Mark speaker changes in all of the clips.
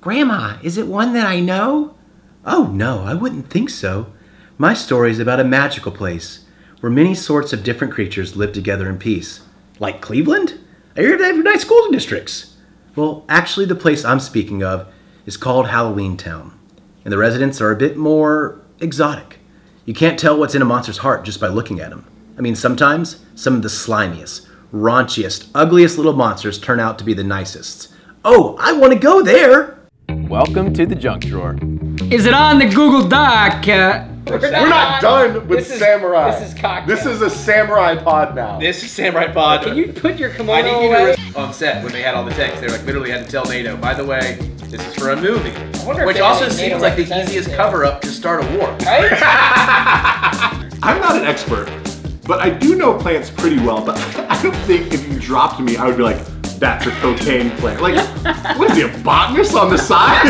Speaker 1: Grandma, is it one that I know?
Speaker 2: Oh, no, I wouldn't think so. My story is about a magical place where many sorts of different creatures live together in peace.
Speaker 1: Like Cleveland? I hear they have nice school districts.
Speaker 2: Well, actually, the place I'm speaking of is called Halloween Town, and the residents are a bit more exotic. You can't tell what's in a monster's heart just by looking at him. I mean, sometimes some of the slimiest, raunchiest, ugliest little monsters turn out to be the nicest. Oh, I want to go there!
Speaker 3: Welcome to the junk drawer.
Speaker 4: Is it on the Google Doc? Uh,
Speaker 5: We're not, done with
Speaker 6: This is-
Speaker 5: samurai.
Speaker 6: this is cocktail.
Speaker 5: This is a samurai pod now.
Speaker 6: This is Samurai Pod.
Speaker 4: can you put your kimono
Speaker 6: I need you to
Speaker 4: away?
Speaker 6: res- on set when they had all the text. They like literally had to tell NATO, by the way, this is for a movie,
Speaker 7: wonder if
Speaker 6: which
Speaker 7: they
Speaker 6: also
Speaker 7: had a NATO
Speaker 6: seems like the
Speaker 7: representative
Speaker 6: easiest
Speaker 7: there.
Speaker 6: cover up to start a war.
Speaker 7: Right?
Speaker 5: I'm not an expert, but I do know plants pretty well. But I don't think if you dropped me, I would be like, that's a cocaine plant. Like, what is he, a botanist on the side?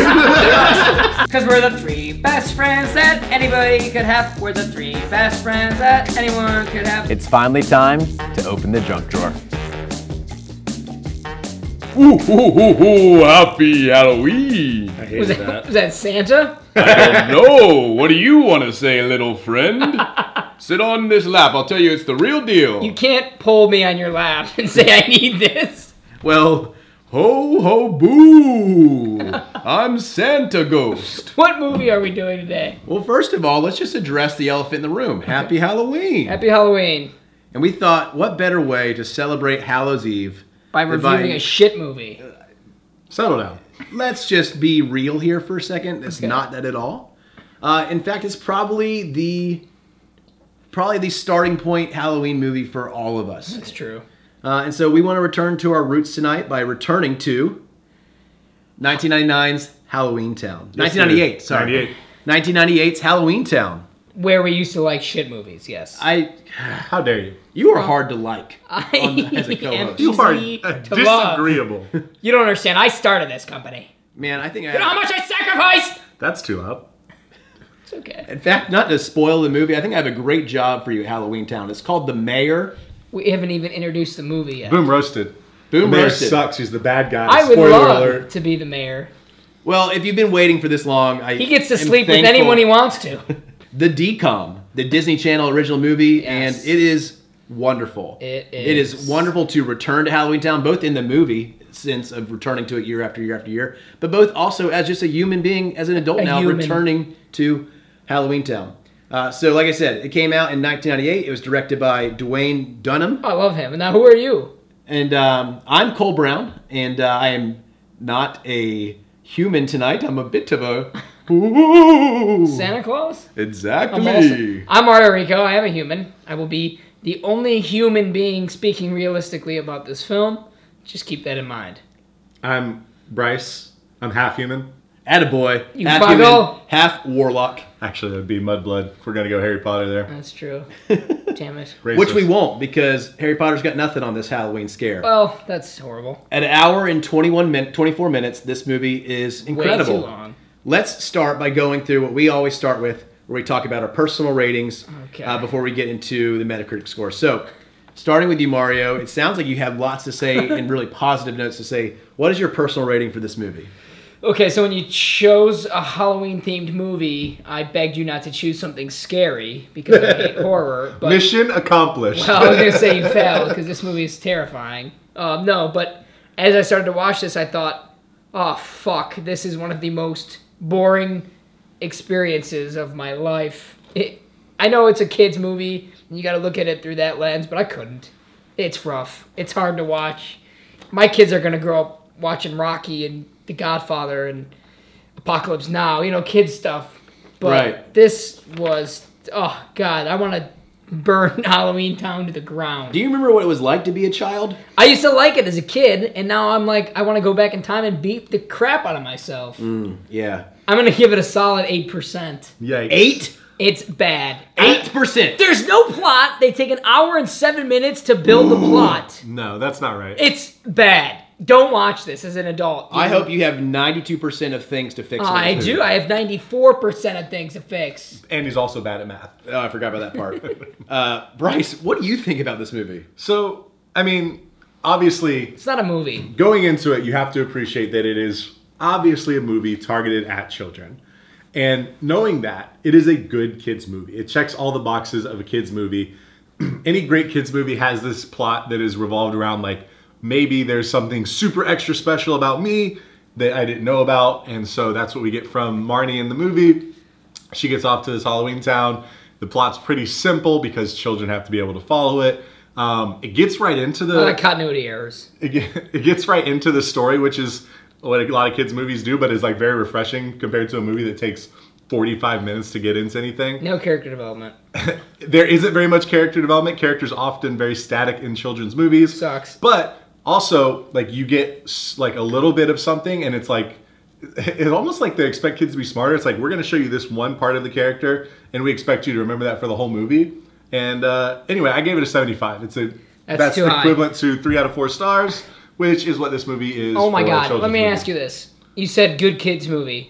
Speaker 4: Because we're the three best friends that anybody could have. We're the three best friends that anyone could have.
Speaker 3: It's finally time to open the junk drawer.
Speaker 8: Ooh, ooh, ooh, ooh, happy Halloween.
Speaker 4: was, that, was that Santa?
Speaker 8: no, what do you want to say, little friend? Sit on this lap. I'll tell you it's the real deal.
Speaker 4: You can't pull me on your lap and say I need this.
Speaker 8: Well, ho, ho, boo. I'm Santa Ghost.
Speaker 4: What movie are we doing today?
Speaker 8: Well, first of all, let's just address the elephant in the room.
Speaker 2: Happy Halloween!
Speaker 4: Happy Halloween
Speaker 2: And we thought, what better way to celebrate Hallows Eve?
Speaker 4: by reviewing
Speaker 2: Divine.
Speaker 4: a shit movie.
Speaker 2: Settle down. Let's just be real here for a second. It's not that at all. Uh, in fact, it's probably the probably the starting point Halloween movie for all of us.
Speaker 4: It's true.
Speaker 2: Uh, and so we want to return to our roots tonight by returning to 1999's Halloween Town. 1998, sorry.
Speaker 5: 98.
Speaker 2: 1998's Halloween Town.
Speaker 4: Where we used to like shit movies, yes.
Speaker 2: I,
Speaker 5: How dare you?
Speaker 2: you are hard to like.
Speaker 4: I
Speaker 2: as a co-host.
Speaker 4: am
Speaker 5: You are
Speaker 4: easy
Speaker 5: uh,
Speaker 4: to love.
Speaker 5: disagreeable.
Speaker 4: You don't understand. I started this company.
Speaker 2: Man, I think I.
Speaker 4: You know how much I sacrificed?
Speaker 5: That's too up.
Speaker 4: It's okay.
Speaker 2: in fact, not to spoil the movie, I think I have a great job for you, Halloween Town. It's called The Mayor.
Speaker 4: We haven't even introduced the movie yet.
Speaker 5: Boom roasted.
Speaker 2: Boom
Speaker 5: Mayor
Speaker 2: roasted.
Speaker 5: sucks. He's the bad guy.
Speaker 4: I would
Speaker 5: Spoiler
Speaker 4: love
Speaker 5: alert.
Speaker 4: to be the mayor.
Speaker 2: Well, if you've been waiting for this long, I
Speaker 4: He gets to
Speaker 2: am
Speaker 4: sleep with
Speaker 2: thankful.
Speaker 4: anyone he wants to.
Speaker 2: The DCOM, the Disney Channel original movie,
Speaker 4: Yes.
Speaker 2: and it is wonderful.
Speaker 4: It
Speaker 2: It is
Speaker 4: is.
Speaker 2: wonderful to return to Halloween Town, both in the movie sense of returning to it year after year after year, but both also as just a human being, as an adult
Speaker 4: A
Speaker 2: now,
Speaker 4: human.
Speaker 2: returning to Halloween Town. Uh, so, like I said, it came out in 1998. It was directed by Dwayne Dunham,
Speaker 4: I love him. And now, who are you?
Speaker 2: and um, I'm Cole Brown, and uh, I am not a human tonight. I'm a bit of a
Speaker 4: Santa Claus? I'm, also,
Speaker 8: Exactly.
Speaker 4: I'm Mario Rico. I am a human. I will be the only human being speaking realistically about this film. Just keep that in mind.
Speaker 5: I'm Bryce. I'm half human.
Speaker 2: attaboy,
Speaker 4: You
Speaker 2: half
Speaker 4: buggle.
Speaker 2: human, half warlock.
Speaker 5: Actually, that'd be Mudblood. If we're gonna go Harry Potter there.
Speaker 4: That's true. Damn it.
Speaker 5: Racist.
Speaker 2: Which we won't because Harry Potter's got nothing on this Halloween scare.
Speaker 4: Well, that's horrible.
Speaker 2: At an hour and 21 min- 24 minutes, this movie is incredible.
Speaker 4: Way too long.
Speaker 2: Let's start by going through what we always start with, where we talk about our personal ratings
Speaker 4: Okay.
Speaker 2: uh, before we get into the Metacritic score. So, starting with you, Mario, it sounds like you have lots to say and really positive notes to say. What is your personal rating for this movie?
Speaker 4: Okay, so when you chose a Halloween themed movie, I begged you not to choose something scary because I hate horror. But
Speaker 5: Mission accomplished.
Speaker 4: I was gonna say you failed because this movie is terrifying. Um, no, but as I started to watch this, I thought, oh fuck, this is one of the most boring experiences of my life. It, I know it's a kids' movie, and you got to look at it through that lens, but I couldn't. It's rough. It's hard to watch. My kids are gonna grow up watching Rocky and The Godfather and Apocalypse Now, you know, kids stuff. But
Speaker 2: Right.
Speaker 4: this was, oh god, I want to burn Halloween Town to the ground.
Speaker 2: Do you remember what it was like to be a child?
Speaker 4: I used to like it as a kid, and now I'm like, I want to go back in time and beat the crap out of myself.
Speaker 2: Mm. Yeah.
Speaker 4: I'm gonna give it a solid eight percent.
Speaker 5: Yikes.
Speaker 2: Eight?
Speaker 4: It's bad.
Speaker 2: 8%.
Speaker 4: There's no plot. They take an hour and seven minutes to build the plot.
Speaker 5: No, that's not right.
Speaker 4: It's bad. Don't watch this as an adult.
Speaker 2: I hope you have 92% of things to fix. in
Speaker 4: I
Speaker 2: this
Speaker 4: do. I have 94% of things to fix.
Speaker 5: and he's also bad at math.
Speaker 2: Oh, I forgot about that part. uh, Bryce, what do you think about this movie?
Speaker 5: So, I mean, obviously,
Speaker 4: It's not a movie.
Speaker 5: going into it, you have to appreciate that it is obviously a movie targeted at children. And knowing that, it is a good kids movie. It checks all the boxes of a kids movie. Any great kids movie has this plot that is revolved around like maybe there's something super extra special about me that I didn't know about, and so that's what we get from Marnie in the movie. She gets off to this Halloween town. The plot's pretty simple because children have to be able to follow it. Um, it gets right into the
Speaker 4: A lot of continuity errors.
Speaker 5: it ge- it gets right into the story, which is what a lot of kids' movies do, but is like very refreshing compared to a movie that takes 45 minutes to get into anything.
Speaker 4: No character development.
Speaker 5: There isn't very much character development. Characters often very static in children's movies.
Speaker 4: Sucks.
Speaker 5: But also, like you get s- like a little bit of something, and it's like it's almost like they expect kids to be smarter. It's like we're going to show you this one part of the character, and we expect you to remember that for the whole movie. And uh, anyway, I gave it a 75. It's a
Speaker 4: That's
Speaker 5: that's,
Speaker 4: too high.
Speaker 5: equivalent to three out of four stars, which is what this movie is.
Speaker 4: Oh my
Speaker 5: for a
Speaker 4: god. Let
Speaker 5: children's
Speaker 4: me
Speaker 5: movie.
Speaker 4: ask you this. You said good kids movie.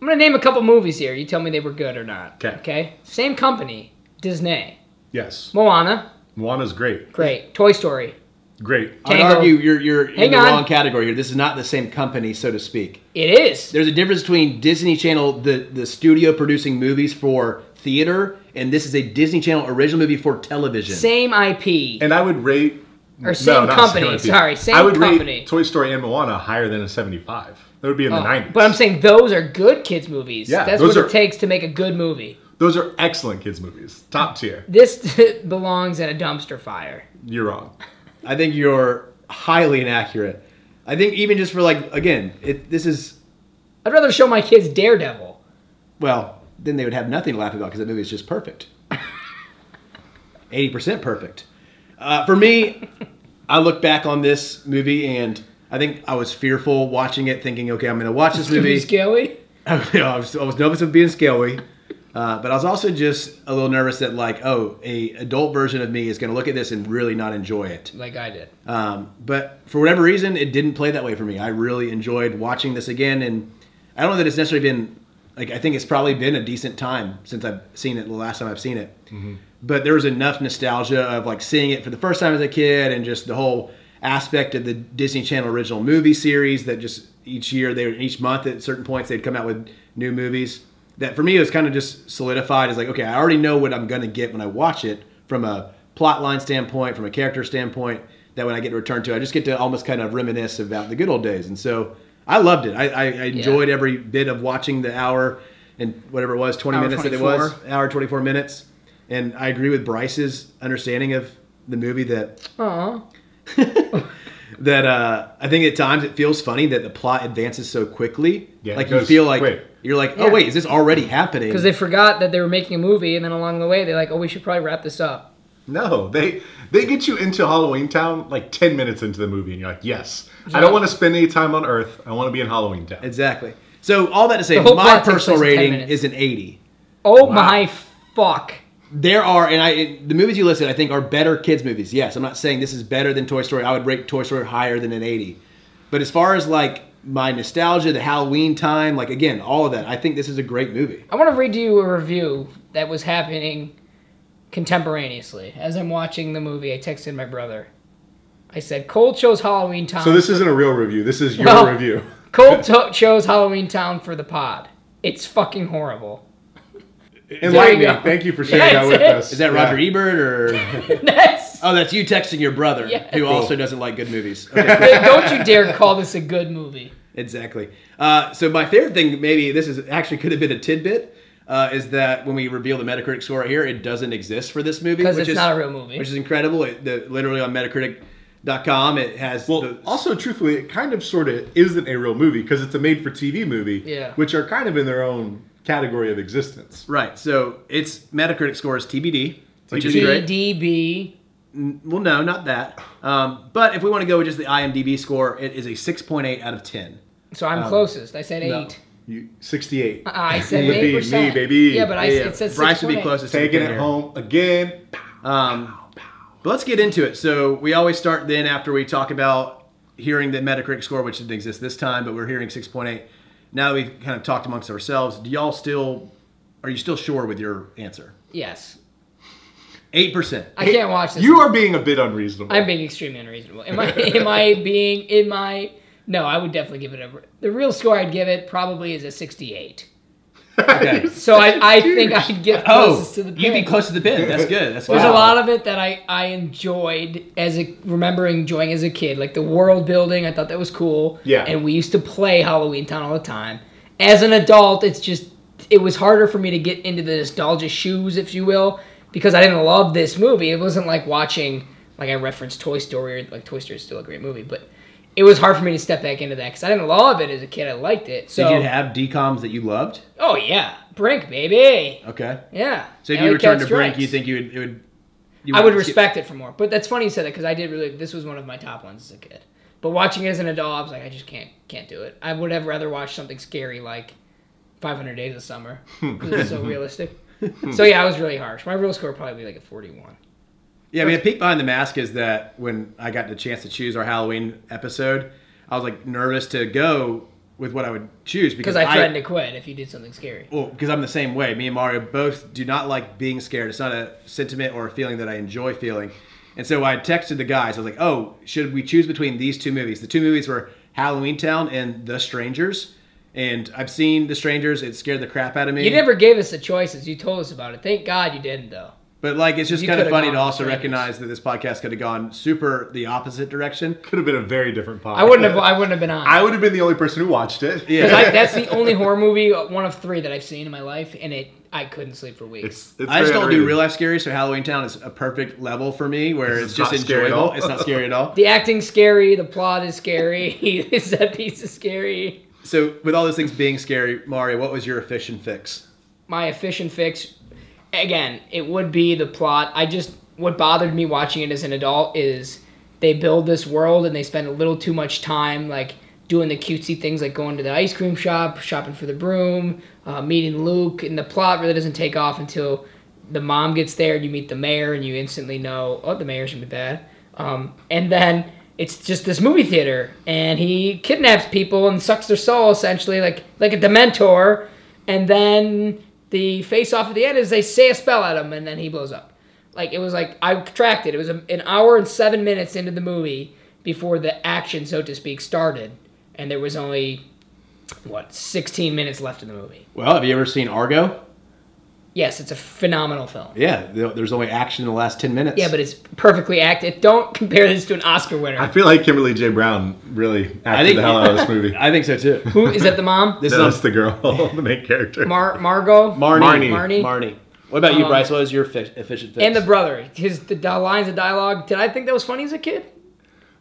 Speaker 4: I'm gonna name a couple movies here. You tell me they were good or not.
Speaker 5: 'Kay.
Speaker 4: Okay. Same company. Disney.
Speaker 5: Yes,
Speaker 4: Moana.
Speaker 5: Moana's great,
Speaker 4: Great. Toy Story.
Speaker 5: great.
Speaker 2: I
Speaker 4: Tango.
Speaker 2: would argue you're you're in
Speaker 4: Hang
Speaker 2: the
Speaker 4: on.
Speaker 2: wrong category here. This is not the same company, so to speak.
Speaker 4: It is.
Speaker 2: There's a difference between Disney Channel, the the studio producing movies for theater, and this is a Disney Channel original movie for television.
Speaker 4: Same IP.
Speaker 5: And I would rate
Speaker 4: Or same
Speaker 5: not
Speaker 4: company,
Speaker 5: IP.
Speaker 4: sorry, same
Speaker 5: I would
Speaker 4: company.
Speaker 5: rate Toy Story and Moana higher than a 75. That would be in
Speaker 4: Oh,
Speaker 5: the 90s.
Speaker 4: But I'm saying those are good kids movies.
Speaker 5: Yeah,
Speaker 4: That's
Speaker 5: those
Speaker 4: what
Speaker 5: are-
Speaker 4: it takes to make a good movie.
Speaker 5: Those are excellent kids movies. Top tier.
Speaker 4: This belongs in a dumpster fire.
Speaker 5: You're wrong.
Speaker 2: I think you're highly inaccurate. I think even just for like again, it, this is
Speaker 4: I'd rather show my kids Daredevil.
Speaker 2: well, then they would have nothing to laugh about because that movie is just perfect, eighty percent perfect. Uh, for me, I look back on this movie and I think I was fearful watching it, thinking, okay, I'm going to watch this movie.
Speaker 4: Movie. Skelly.
Speaker 2: you know, I, was, I was nervous of being scary, uh, but I was also just a little nervous that like, oh, a adult version of me is going to look at this and really not enjoy it.
Speaker 4: Like I did.
Speaker 2: Um, but for whatever reason, it didn't play that way for me. I really enjoyed watching this again, and I don't know that it's necessarily been like I think it's probably been a decent time since I've seen it the last time I've seen it. But there was enough nostalgia of like seeing it for the first time as a kid, and just the whole aspect of the Disney Channel original movie series that just each year they would each month at certain points they'd come out with new movies. That for me it was kind of just solidified as like okay, I already know what I'm gonna get when I watch it from a plot line standpoint, from a character standpoint, that when I get to return to, I just get to almost kind of reminisce about the good old days. And so I loved it. I, I, I enjoyed every bit of watching the hour and whatever it was, 20
Speaker 4: Hour
Speaker 2: minutes that it was,
Speaker 4: 24.
Speaker 2: hour 24 minutes. And I agree with Bryce's understanding of the movie that
Speaker 4: Aw.
Speaker 2: that uh, I think at times it feels funny that the plot advances so quickly.
Speaker 5: Yeah, it
Speaker 2: like you
Speaker 5: goes
Speaker 2: feel like
Speaker 5: quick.
Speaker 2: you're like,
Speaker 4: Yeah.
Speaker 2: oh wait, is this already happening?
Speaker 4: Because they forgot that they were making a movie, and then along the way they're like, "Oh, we should probably wrap this up."
Speaker 5: No, they they get you into Halloween Town like 10 minutes into the movie, and you're like, yes, I don't want to spend any time on Earth. I want to be in Halloween Town.
Speaker 2: exactly. So all that to say,
Speaker 4: The whole
Speaker 2: my
Speaker 4: plot takes
Speaker 2: personal
Speaker 4: place in 10
Speaker 2: rating
Speaker 4: minutes.
Speaker 2: is an 80.
Speaker 4: Oh my fuck!
Speaker 2: There are, and I the movies you listed, I think, are better kids movies. Yes, I'm not saying this is better than Toy Story. I would rate Toy Story higher than an 80. But as far as like my nostalgia, the Halloween time, like again, all of that, I think this is a great movie.
Speaker 4: I want to read you a review that was happening contemporaneously as I'm watching the movie. I texted my brother. I said, "Cole chose Halloween Town.
Speaker 5: So this isn't a real review. This is your
Speaker 4: Well-
Speaker 5: review.
Speaker 4: Cole to- chose Halloween Town for the pod. It's fucking horrible."
Speaker 5: Enlightening.
Speaker 4: go.
Speaker 5: Thank you for sharing
Speaker 4: Yeah,
Speaker 5: that with
Speaker 4: that's it.
Speaker 5: us.
Speaker 2: Is that
Speaker 5: Yeah.
Speaker 2: Roger Ebert or?
Speaker 4: That's
Speaker 2: Oh, that's you texting your brother
Speaker 4: Yes.
Speaker 2: who also doesn't like good movies. Okay, cool.
Speaker 4: don't you dare call this a good movie.
Speaker 2: Exactly. Uh, so my favorite thing, maybe this is actually could have been a tidbit, uh, is that when we reveal the Metacritic score here, it doesn't exist for this movie
Speaker 4: 'Cause
Speaker 2: which
Speaker 4: it's
Speaker 2: is,
Speaker 4: not a real movie.
Speaker 2: which is incredible. It, the, literally on Metacritic.com, it has
Speaker 5: Well,
Speaker 2: the,
Speaker 5: also truthfully, it kind of sort of isn't a real movie because it's a made-for-TV movie,
Speaker 4: Yeah.
Speaker 5: which are kind of in their own category of existence.
Speaker 2: right. So its Metacritic score is TBD, which is great.
Speaker 4: TDB.
Speaker 2: Well, no, not that. Um, but if we want to go with just the IMDb score, it is a 6.8 out of 10.
Speaker 4: So I'm
Speaker 2: Um,
Speaker 4: closest. I said eight.
Speaker 5: You, 68.
Speaker 4: I said
Speaker 5: Would be
Speaker 4: eight
Speaker 5: me,
Speaker 4: percent.
Speaker 5: baby.
Speaker 4: Yeah, but I,
Speaker 2: Yeah,
Speaker 4: it said
Speaker 2: Bryce would be
Speaker 4: 6.8.
Speaker 2: closest. to the
Speaker 5: Taking
Speaker 2: pin
Speaker 5: it
Speaker 2: here.
Speaker 5: home again.
Speaker 2: But let's get into it. So we always start then after we talk about hearing the Metacritic score, which didn't exist this time, but we're hearing 6.8. Now that we've kind of talked amongst ourselves, do y'all still, are you still sure with your answer?
Speaker 4: Yes,
Speaker 2: 8%.
Speaker 4: I can't watch this.
Speaker 5: You are being a bit unreasonable.
Speaker 4: I'm being extremely unreasonable. Am I? am I being? Am I No, I would definitely give it a. The real score I'd give it probably is a 68.
Speaker 2: Okay.
Speaker 4: So I, I think I'd get
Speaker 2: Oh,
Speaker 4: closest to the pin.
Speaker 2: you'd be close to the pin. That's good. That's good.
Speaker 4: There's a lot of it that I, I enjoyed as a remembering enjoying as a kid, like the world building. I thought that was cool.
Speaker 9: Yeah.
Speaker 4: And we used to play Halloween Town all the time. As an adult, it's just it was harder for me to get into the nostalgia shoes, if you will, because I didn't love this movie. It wasn't like watching like I referenced Toy Story. Or, like Toy Story is still a great movie, but it was hard for me to step back into that because I didn't love it as a kid. I liked it. So
Speaker 2: Did you have decoms that you loved?
Speaker 4: oh yeah, Brink baby.
Speaker 2: Okay.
Speaker 4: Yeah.
Speaker 2: So if
Speaker 4: Alley
Speaker 2: you return
Speaker 4: Cat
Speaker 2: to Brink,
Speaker 4: Strikes.
Speaker 2: you think you would it would. You
Speaker 4: I would
Speaker 2: skip-
Speaker 4: respect it for more. But that's funny you said that because I did really. This was one of my top ones as a kid. But watching it as an adult, I was like, I just can't can't do it. I would have rather watched something scary like 500 Days of Summer. 'cause it's so realistic. so yeah, I was really harsh. My real score would probably be like a 41.
Speaker 2: Yeah, I mean, a peek behind the mask is that when I got the chance to choose our Halloween episode, I was like nervous to go with what I would choose
Speaker 4: Because
Speaker 2: because
Speaker 4: I threatened to quit if you did something scary.
Speaker 2: Well, because I'm the same way. Me and Mario both do not like being scared. It's not a sentiment or a feeling that I enjoy feeling. And so I texted the guys. I was like, "Oh, should we choose between these two movies?" The two movies were Halloween Town and The Strangers. And I've seen The Strangers. It scared the crap out of me.
Speaker 4: You never gave us the choices. You told us about it. Thank God you didn't though.
Speaker 2: But like, it's just
Speaker 4: You
Speaker 2: kind of
Speaker 4: could've
Speaker 2: funny
Speaker 4: gone
Speaker 2: to
Speaker 4: with
Speaker 2: also
Speaker 4: The Strangers.
Speaker 2: recognize that this podcast could have gone super the opposite direction.
Speaker 5: Could have been a very different podcast.
Speaker 4: I wouldn't have. I wouldn't have been on.
Speaker 5: I would have been the only person who watched it.
Speaker 2: Yeah.
Speaker 4: 'Cause I- that's the only horror movie, uh, one of three that I've seen in my life, and it I couldn't sleep for weeks.
Speaker 5: It's, it's
Speaker 2: I just don't
Speaker 5: very
Speaker 2: do
Speaker 5: underrated.
Speaker 2: real life scary, so Halloween Town is a perfect level for me where it's,
Speaker 5: it's
Speaker 2: just
Speaker 5: not scary at
Speaker 2: enjoyable.
Speaker 5: all.
Speaker 2: It's not scary at all.
Speaker 4: The acting's scary. The plot is scary. the set piece is scary.
Speaker 2: So, with all those things being scary, Mario, what was your efficient fix?
Speaker 4: My efficient fix, again, it would be the plot. I just what bothered me watching it as an adult is they build this world and they spend a little too much time like doing the cutesy things like going to the ice cream shop, shopping for the broom, uh, meeting Luke, and the plot really doesn't take off until the mom gets there and you meet the mayor and you instantly know oh the mayor's gonna be bad um, and then it's just this movie theater and he kidnaps people and sucks their soul essentially like like a dementor and then the face off at the end is they say a spell at him and then he blows up like it was like i tracked it it was a, an hour and seven minutes into the movie before the action so to speak started and there was only what 16 minutes left in the movie
Speaker 2: Well, have you ever seen Argo?
Speaker 4: yes it's a phenomenal film
Speaker 2: Yeah, th- there's only action in the last 10 minutes.
Speaker 4: Yeah, but it's perfectly acted. Don't compare this to an Oscar
Speaker 5: I
Speaker 4: winner.
Speaker 5: feel like Kimberly J. Brown really
Speaker 2: I
Speaker 5: acted
Speaker 2: think
Speaker 5: the hell out of this movie.
Speaker 2: I think so too.
Speaker 4: Who is that? The mom,
Speaker 2: This
Speaker 5: No,
Speaker 2: is
Speaker 5: that's
Speaker 2: on
Speaker 5: the girl, the main character.
Speaker 4: Mar- Margot,
Speaker 2: Marnie.
Speaker 4: Marnie.
Speaker 2: What about you,
Speaker 4: Um,
Speaker 2: Bryce? What was your fi- efficient fix?
Speaker 4: and the brother. His the, di- lines of dialogue. Did I think that was funny as a kid?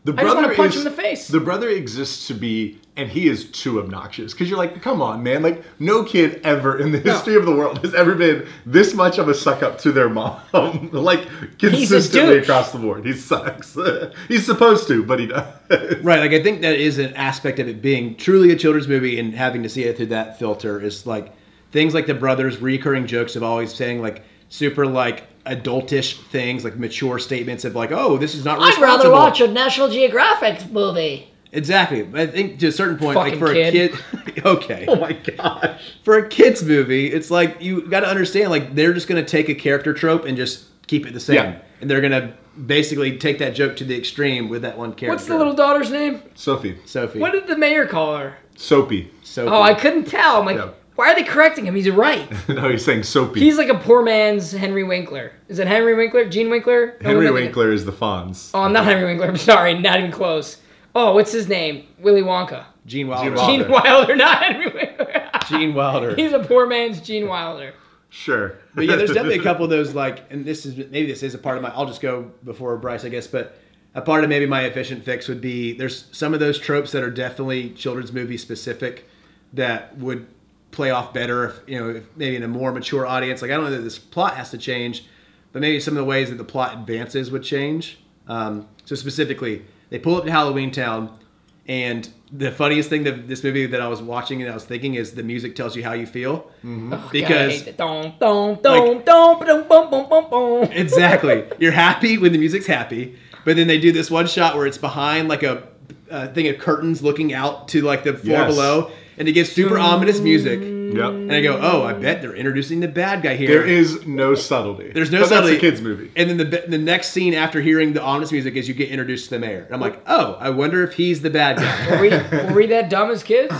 Speaker 5: The
Speaker 4: I just wanna punch him in the face.
Speaker 5: The brother exists to be, and he is too obnoxious. Because you're like, come on, man. Like, no kid ever in the history of the world has ever been this much of a suck up to their mom. like, consistently
Speaker 4: douche.
Speaker 5: across the board. He sucks. He's supposed to, but he does.
Speaker 2: right, like I think that is an aspect of it being truly a children's movie and having to see it through that filter is like things like the brothers' recurring jokes of always saying like super like adultish things, like mature statements of like, oh, this is not
Speaker 4: I'd
Speaker 2: responsible.
Speaker 4: rather watch a National Geographic movie.
Speaker 2: Exactly. But I think to a certain point, like
Speaker 4: Fucking
Speaker 2: for
Speaker 4: kid.
Speaker 2: a kid, okay.
Speaker 5: oh my gosh.
Speaker 2: For a kid's movie, it's like you got to understand, like they're just going to take a character trope and just keep it the same,
Speaker 5: Yeah.
Speaker 2: and they're going to basically take that joke to the extreme with that one character.
Speaker 4: What's the little daughter's name?
Speaker 5: Sophie.
Speaker 2: Sophie?
Speaker 4: What did the mayor call her?
Speaker 5: Soapy.
Speaker 2: Sophie.
Speaker 4: Oh, I couldn't tell. I'm like,
Speaker 5: Yeah.
Speaker 4: why are they correcting him? He's right.
Speaker 5: no, he's saying soapy.
Speaker 4: He's like a poor man's Henry Winkler. Is it Henry Winkler? Gene Winkler? No,
Speaker 5: Henry
Speaker 4: we're not thinking-
Speaker 5: Winkler is the Fonz.
Speaker 4: Oh, I'm not Henry Winkler. I'm sorry. Not even close. Oh, what's his name? Willy Wonka.
Speaker 2: Gene Wilder.
Speaker 5: Gene
Speaker 2: Gene,
Speaker 5: Wilder.
Speaker 4: Gene Wilder, not Henry Winkler.
Speaker 2: Wilder.
Speaker 4: He's a poor man's Gene Wilder.
Speaker 5: Sure.
Speaker 2: but yeah, there's definitely a couple of those like, and this is maybe this is a part of my. I'll just go before Bryce, I guess, but a part of maybe my efficient fix would be there's some of those tropes that are definitely children's movie specific that would play off better if you know if maybe in a more mature audience. Like I don't know that this plot has to change, but maybe some of the ways that the plot advances would change. Um, so specifically, they pull up to Halloween Town, and the funniest thing that this movie that I was watching and I was thinking is the music tells you how you feel because
Speaker 4: don't don't don't don't don't bum bum bum bum.
Speaker 2: exactly. You're happy when the music's happy, but then they do this one shot where it's behind like a, a thing of curtains looking out to like the floor
Speaker 5: Yes.
Speaker 2: below, and it gives super ominous music.
Speaker 9: Yep.
Speaker 2: And
Speaker 4: Mm.
Speaker 2: I go, oh, I bet they're introducing the bad guy here.
Speaker 5: There is no subtlety.
Speaker 2: There's no
Speaker 5: But
Speaker 2: subtlety.
Speaker 5: That's a kids movie.
Speaker 2: And then the be- the next scene after hearing the ominous music is you get introduced to the mayor. And I'm like, oh, I wonder if he's the bad guy.
Speaker 4: Were we, were we that dumb as kids?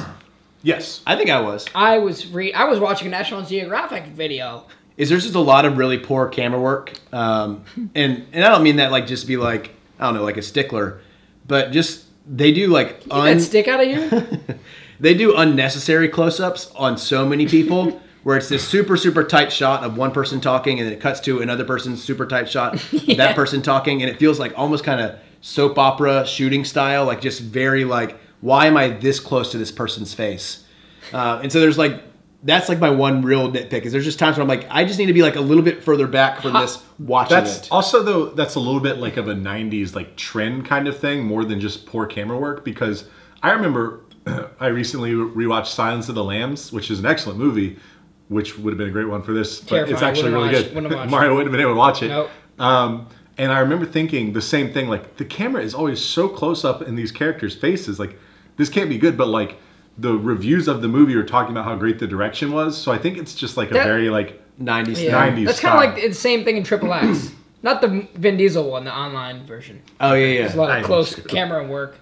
Speaker 5: Yes.
Speaker 2: I think I was.
Speaker 4: I was re- I was watching a National Geographic video.
Speaker 2: Is there's just a lot of really poor camera work, um, and and I don't mean that like just be like I don't know like a stickler, but just they do like un-
Speaker 4: that stick out of you?
Speaker 2: they do unnecessary close-ups on so many people where it's this super super tight shot of one person talking and then it cuts to another person's super tight shot of that person talking and it feels like almost kind of soap opera shooting style like just very like why am i this close to this person's face uh, and so there's like that's like my one real nitpick is there's just times where i'm like i just need to be like a little bit further back from this watching it
Speaker 5: That's also though that's a little bit like of a 90s like trend kind of thing more than just poor camera work because I remember I recently rewatched Silence of the Lambs, which is an excellent movie, which would have been a great one for this, but
Speaker 4: Terrifying.
Speaker 5: it's actually
Speaker 4: Wouldn't
Speaker 5: really
Speaker 4: watch-
Speaker 5: good.
Speaker 4: wouldn't watch.
Speaker 5: Mario wouldn't have been able to watch it.
Speaker 4: Nope.
Speaker 5: Um, and I remember thinking the same thing. Like the camera is always so close up in these characters' faces. Like this can't be good. But like the reviews of the movie were talking about how great the direction was. So I think it's just like a
Speaker 4: That-
Speaker 5: very like
Speaker 2: 90s
Speaker 4: Yeah.
Speaker 5: 90s
Speaker 4: That's kind
Speaker 5: style.
Speaker 4: of like the same thing in Triple X. Not the Vin Diesel one, the online version.
Speaker 2: oh yeah yeah
Speaker 4: A lot
Speaker 5: I
Speaker 4: of close
Speaker 5: see.
Speaker 4: camera work.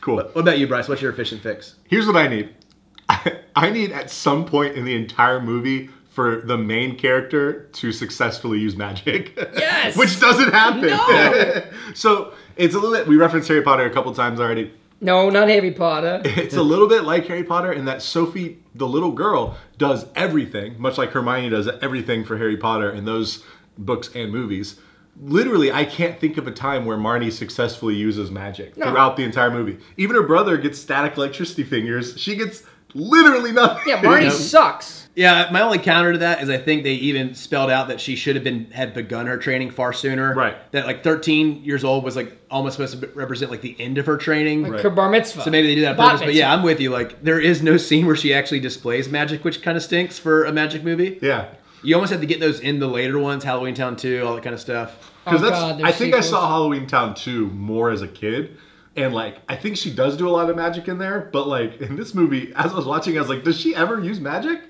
Speaker 5: cool.
Speaker 2: what about you bryce what's your efficient fix
Speaker 9: Here's what I need. I, I need at some point in the entire movie for the main character to successfully use magic.
Speaker 4: Yes!
Speaker 9: Which doesn't happen.
Speaker 4: No!
Speaker 9: so it's a little bit we referenced Harry Potter a couple times already.
Speaker 4: No, not Harry Potter.
Speaker 9: It's a little bit like Harry Potter in that Sophie, the little girl, does everything, much like Hermione does everything for Harry Potter in those books and movies. Literally, I can't think of a time where Marnie successfully uses magic throughout the entire movie. Even her brother gets static electricity fingers. She gets literally nothing.
Speaker 4: Yeah, Marty sucks.
Speaker 2: Yeah, my only counter to that is I think they even spelled out that she should have been had begun her training far sooner.
Speaker 5: Right.
Speaker 2: That like 13 years old was like almost supposed to represent like the end of her training.
Speaker 4: Like her bar mitzvah.
Speaker 2: So maybe they did that on
Speaker 4: Bat
Speaker 2: purpose. But yeah,
Speaker 4: mitzvah.
Speaker 2: I'm with you. Like there is no scene where she actually displays magic, which kind of stinks for a magic movie.
Speaker 5: Yeah.
Speaker 2: You almost have to get those in the later ones, Halloween Town 2, all that kind of stuff.
Speaker 4: Oh,
Speaker 9: Because that's,
Speaker 4: God, there's
Speaker 9: I think I
Speaker 4: sequels.
Speaker 9: saw Halloween Town 2 more as a kid. And like, I think she does do a lot of magic in there. But like, in this movie, as I was watching, I was like, does she ever use magic?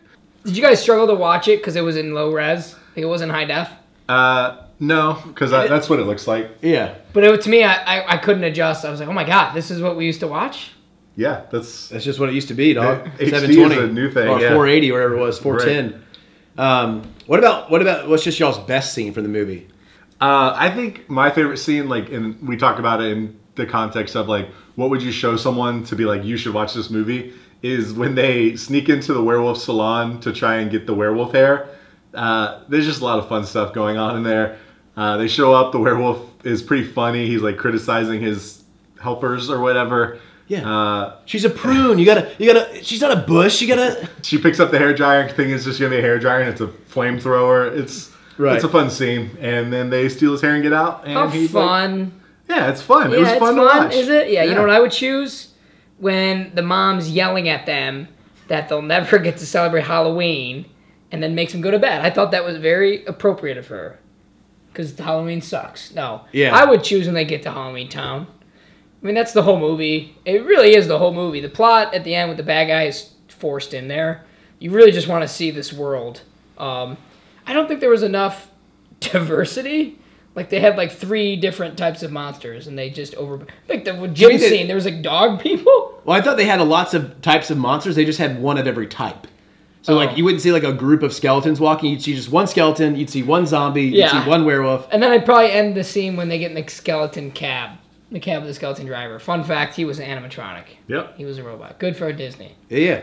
Speaker 4: Did you guys struggle to watch it because it was in low res? Like it wasn't high def.
Speaker 9: Uh, no, because that's what it looks like.
Speaker 2: Yeah.
Speaker 4: But it, to me, I, I, I couldn't adjust. I was like, oh my god, this is what we used to watch.
Speaker 9: Yeah, that's
Speaker 2: That's just what it used to be, dog.
Speaker 9: HD is a new thing,
Speaker 2: or
Speaker 9: yeah.
Speaker 2: 480, whatever it was, 410. Um, what about what about what's just y'all's best scene from the movie?
Speaker 9: Uh,
Speaker 5: I think my favorite scene, like, and we talk about it in the context of like, what would you show someone to be like, you should watch this movie, is when they sneak into the werewolf salon to try and get the werewolf hair. Uh, there's just a lot of fun stuff going on in there. Uh, they show up. The werewolf is pretty funny. He's like criticizing his helpers or whatever.
Speaker 2: Yeah.
Speaker 5: Uh,
Speaker 2: She's a prune. You gotta, you gotta. She's not a bush. You gotta.
Speaker 5: she picks up the hair dryer. Thing is just gonna be a hair dryer, and it's a flamethrower. It's
Speaker 2: Right.
Speaker 5: It's a fun scene. And then they steal his hair and get out. And
Speaker 4: How
Speaker 5: he's like,
Speaker 4: fun!
Speaker 5: yeah, it's fun.
Speaker 4: yeah,
Speaker 5: it was
Speaker 4: it's
Speaker 5: fun,
Speaker 4: fun,
Speaker 5: to watch.
Speaker 4: is it? Yeah, you know what I would choose when the mom's yelling at them that they'll never get to celebrate Halloween, and then makes them go to bed. I thought that was very appropriate of her, because Halloween sucks. No,
Speaker 2: Yeah.
Speaker 4: I would choose when they get to Halloween Town. I mean, that's the whole movie. It really is the whole movie. The plot at the end with the bad guy is forced in there. You really just want to see this world. Um, I don't think there was enough diversity. Like they had like three different types of monsters, and they just over like the gym
Speaker 2: mean they-
Speaker 4: scene. There was like dog people.
Speaker 2: Well, I thought they had a lots of types of monsters. They just had one of every type. So like, you wouldn't see like a group of skeletons walking. You'd see just one skeleton. You'd see one zombie. You'd
Speaker 4: Yeah.
Speaker 2: see one werewolf.
Speaker 4: And then I'd probably end the scene when they get in the skeleton cab, the cab of the skeleton driver. Fun fact: he was an animatronic.
Speaker 5: Yep.
Speaker 4: He was a robot. Good for Disney.
Speaker 2: Yeah.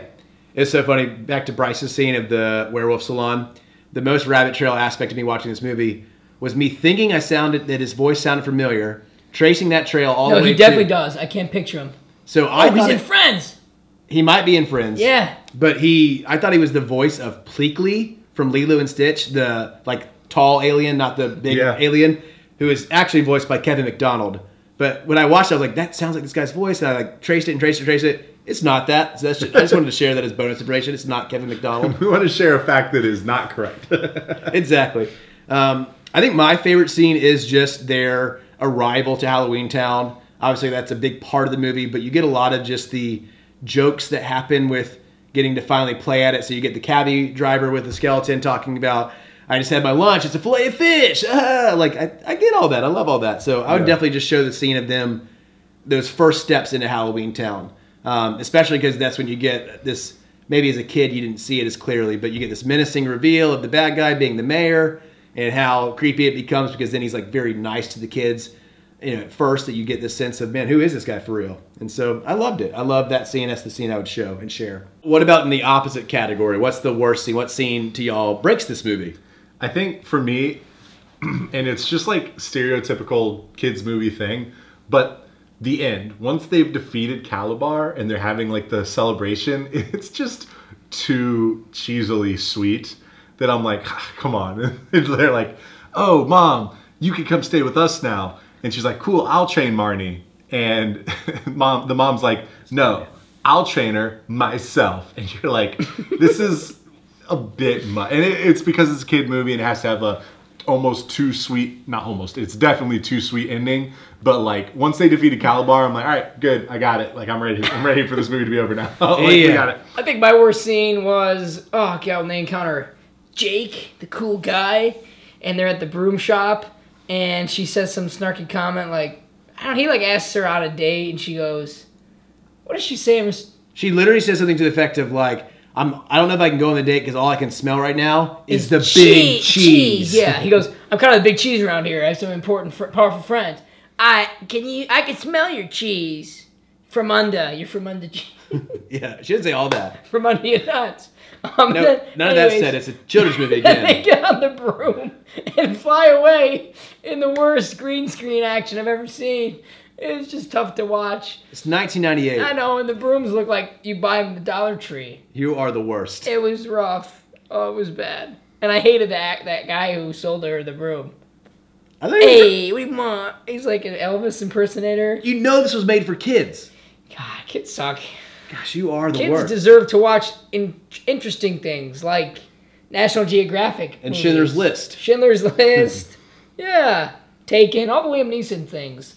Speaker 2: It's so funny. Back to Bryce's scene of the werewolf salon. The most rabbit trail aspect of me watching this movie was me thinking I sounded that his voice sounded familiar, tracing that trail all
Speaker 4: No,
Speaker 2: the way.
Speaker 4: Oh, he definitely
Speaker 2: to,
Speaker 4: does. I can't picture him.
Speaker 2: So Oh, I
Speaker 4: Oh, he's
Speaker 2: thought
Speaker 4: in
Speaker 2: it-
Speaker 4: Friends.
Speaker 2: he might be in Friends.
Speaker 4: Yeah.
Speaker 2: But he, I thought he was the voice of Pleakley from Lilo and Stitch, the like tall alien, not the big
Speaker 5: Yeah.
Speaker 2: alien, who is actually voiced by Kevin McDonald. But when I watched, it, I was like, that sounds like this guy's voice, and I like traced it and traced it, and traced it. It's not that. So that's just, I just wanted to share that as bonus information. It's not Kevin McDonald.
Speaker 5: We want to share a fact that is not correct.
Speaker 2: exactly. Um, I think my favorite scene is just their arrival to Halloween Town. Obviously, that's a big part of the movie, but you get a lot of just the jokes that happen with getting to finally play at it. So you get the cabbie driver with the skeleton talking about, I just had my lunch. It's a fillet of fish. Ah, like I, I get all that. I love all that. So I would definitely just show the scene of them, those first steps into Halloween Town, um, especially because that's when you get this. Maybe as a kid you didn't see it as clearly, but you get this menacing reveal of the bad guy being the mayor and how creepy it becomes because then he's like very nice to the kids. You know, at first that you get this sense of man, who is this guy for real? And so I loved it. I loved that scene. That's the scene I would show and share. What about in the opposite category? What's the worst scene? What scene to y'all breaks this movie?
Speaker 5: I think for me, and it's just like stereotypical kids movie thing, but the end once they've defeated Calabar and they're having like the celebration, it's just too cheesily sweet that I'm like, "Ah, come on. And they're like, oh mom, you can come stay with us now, and she's like, cool, I'll train Marnie, and mom, the mom's like, no. I'll train her myself. And you're like, this is a bit much, and it, it's because it's a kid movie and it has to have a almost too sweet, not almost, it's definitely too sweet ending. But like once they defeated Calabar, I'm like, all right, good, I got it. Like I'm ready, I'm ready for this movie to be over now. like, we
Speaker 2: Yeah.
Speaker 5: got it.
Speaker 4: I think my worst scene was oh god, when they encounter Jake, the cool guy, and they're at the broom shop, and she says some snarky comment like, I don't. He like asks her out a date, and she goes, "What does she say?" I'm just-
Speaker 2: She literally says something to the effect of like, "I'm I don't know if I can go on the date because all I can smell right now is the big
Speaker 4: Chee-
Speaker 2: cheese."
Speaker 4: Yeah, he goes, I'm kind of the big cheese around here. I have some important, fr- powerful friends. I can you? I can smell your cheese from under. You're from under. che-
Speaker 2: yeah. She didn't say all that.
Speaker 4: From under your nuts. Um,
Speaker 2: No,
Speaker 4: then-
Speaker 2: none of that
Speaker 4: anyways,
Speaker 2: said. It's a children's movie
Speaker 4: They
Speaker 2: again.
Speaker 4: get on the broom and fly away in the worst green screen action I've ever seen. It's just tough to watch.
Speaker 2: It's
Speaker 4: I
Speaker 2: 1998.
Speaker 4: know, and the brooms look like you buy them at the Dollar Tree.
Speaker 2: You are the worst.
Speaker 4: It was rough. Oh, it was bad. And I hated that that guy who sold her the broom.
Speaker 2: I think
Speaker 4: hey, what do you want? He's like an Elvis impersonator.
Speaker 2: you know this was made for kids.
Speaker 4: God, kids suck.
Speaker 2: Gosh, you are the
Speaker 4: Kids
Speaker 2: worst.
Speaker 4: deserve to watch in- interesting things like National Geographic
Speaker 2: and Schindler's
Speaker 4: movies.
Speaker 2: List.
Speaker 4: Schindler's List. yeah, Taken. All the Liam Neeson things.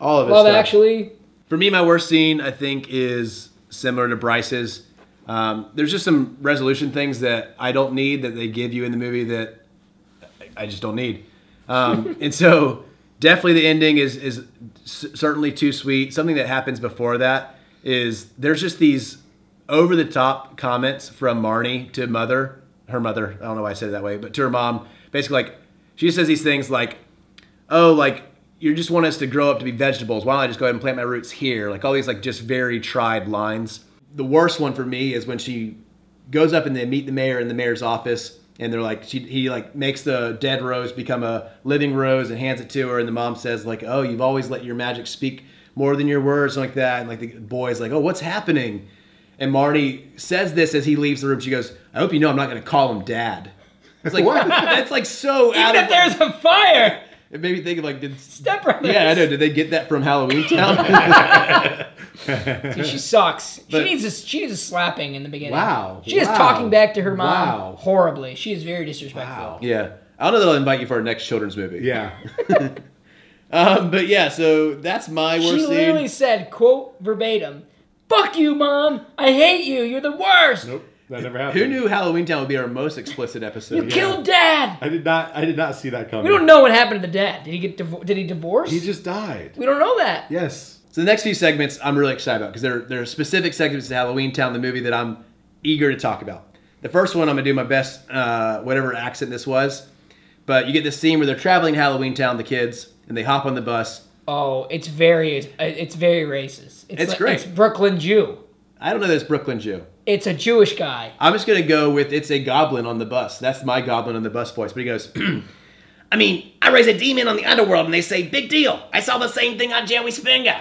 Speaker 2: All of it.
Speaker 4: Love Actually.
Speaker 2: For me, my worst scene, I think, is similar to Bryce's. Um, there's just some resolution things that I don't need that they give you in the movie that I- I just don't need. Um, and so, definitely, the ending is is c- certainly too sweet. Something that happens before that is there's just these over the top comments from Marnie to mother, her mother. I don't know why I said it that way, but to her mom, basically like she says these things like, "Oh, like you just want us to grow up to be vegetables. Why don't I just go ahead and plant my roots here?" Like all these like just very tried lines. The worst one for me is when she goes up and they meet the mayor in the mayor's office and they're like she, he like makes the dead rose become a living rose and hands it to her and the mom says like oh you've always let your magic speak more than your words like that and like the boy's like oh what's happening and Marty says this as he leaves the room she goes i hope you know i'm not going to call him dad it's like that's like so out
Speaker 4: Even if
Speaker 2: of
Speaker 4: there's a fire,
Speaker 2: it made me think of like did
Speaker 4: Step Brothers.
Speaker 2: yeah i know did they get that from halloween town
Speaker 4: Dude, she sucks.
Speaker 2: But-
Speaker 4: she needs a she needs a slapping in the beginning.
Speaker 2: Wow,
Speaker 4: She is
Speaker 2: wow,
Speaker 4: talking back to her mom
Speaker 2: wow.
Speaker 4: horribly. She is very disrespectful.
Speaker 2: yeah i don't know that i'll invite you for our next children's movie
Speaker 5: Yeah.
Speaker 2: um, but yeah so that's my worst
Speaker 4: She
Speaker 2: scene.
Speaker 4: literally said, quote verbatim, "Fuck you, mom. I hate you. You're the worst.
Speaker 5: Nope. That never happened.
Speaker 2: Who knew Halloween Town would be our most explicit
Speaker 4: You
Speaker 2: episode?
Speaker 4: killed dad."
Speaker 5: I did not. I did not see that coming.
Speaker 4: We don't know what happened to the dad. Did he get divo- did he divorce?
Speaker 5: He just died.
Speaker 4: we don't know that.
Speaker 5: Yes.
Speaker 2: So the next few segments I'm really excited about because they're, they're specific segments to Halloween Town, the movie that I'm eager to talk about. The first one I'm gonna do my best, uh, whatever accent this was, but you get this scene where they're traveling Halloween Town, the kids, and they hop on the bus.
Speaker 4: Oh, it's very it's very racist.
Speaker 2: It's great.
Speaker 4: It's Brooklyn Jew.
Speaker 2: I don't know this Brooklyn Jew.
Speaker 4: It's a Jewish guy.
Speaker 2: I'm just gonna go with it's a goblin on the bus. That's my goblin on the bus voice. But he goes, I mean, I raise a demon on the underworld, and they say big deal. I saw the same thing on Joey Springer.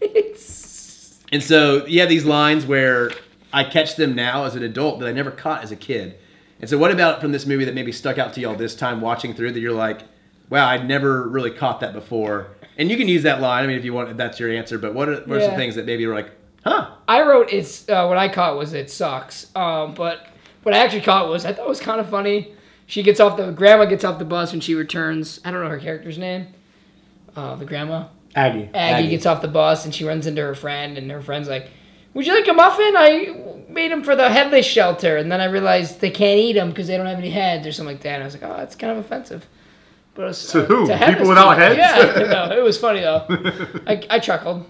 Speaker 2: and so you have these lines where I catch them now as an adult that I never caught as a kid. And so what about from this movie that maybe stuck out to y'all this time watching through that you're like, wow, I'd never really caught that before. And you can use that line. I mean, if you want, if that's your answer. But what are, what are some
Speaker 4: Yeah.
Speaker 2: things that maybe you're like, huh?
Speaker 4: I wrote it's uh, what I caught was it sucks. Um, but what I actually caught was I thought it was kind of funny. She gets off the grandma gets off the bus when she returns. I don't know her character's name. Uh, the grandma.
Speaker 5: Aggie.
Speaker 4: Aggie, gets off the bus and she runs into her friend, and her friend's like, Would you like a muffin? I made them for the headless shelter, and then I realized they can't eat them because they don't have any heads or something like that. And I was like, oh, that's kind of offensive. But it was, uh,
Speaker 9: To who?
Speaker 4: headless
Speaker 9: People without heads?
Speaker 4: Yeah, no, it was funny though. I, I chuckled.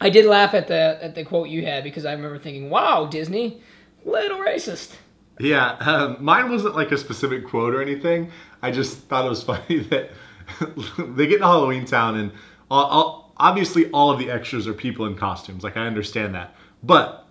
Speaker 4: I did laugh at the at the quote you had because I remember thinking, "Wow, Disney, little racist."
Speaker 9: Yeah, um, mine wasn't like a specific quote or anything. I just thought it was funny that they get to Halloween Town and all, all, obviously all of the extras are people in costumes. Like I understand that, but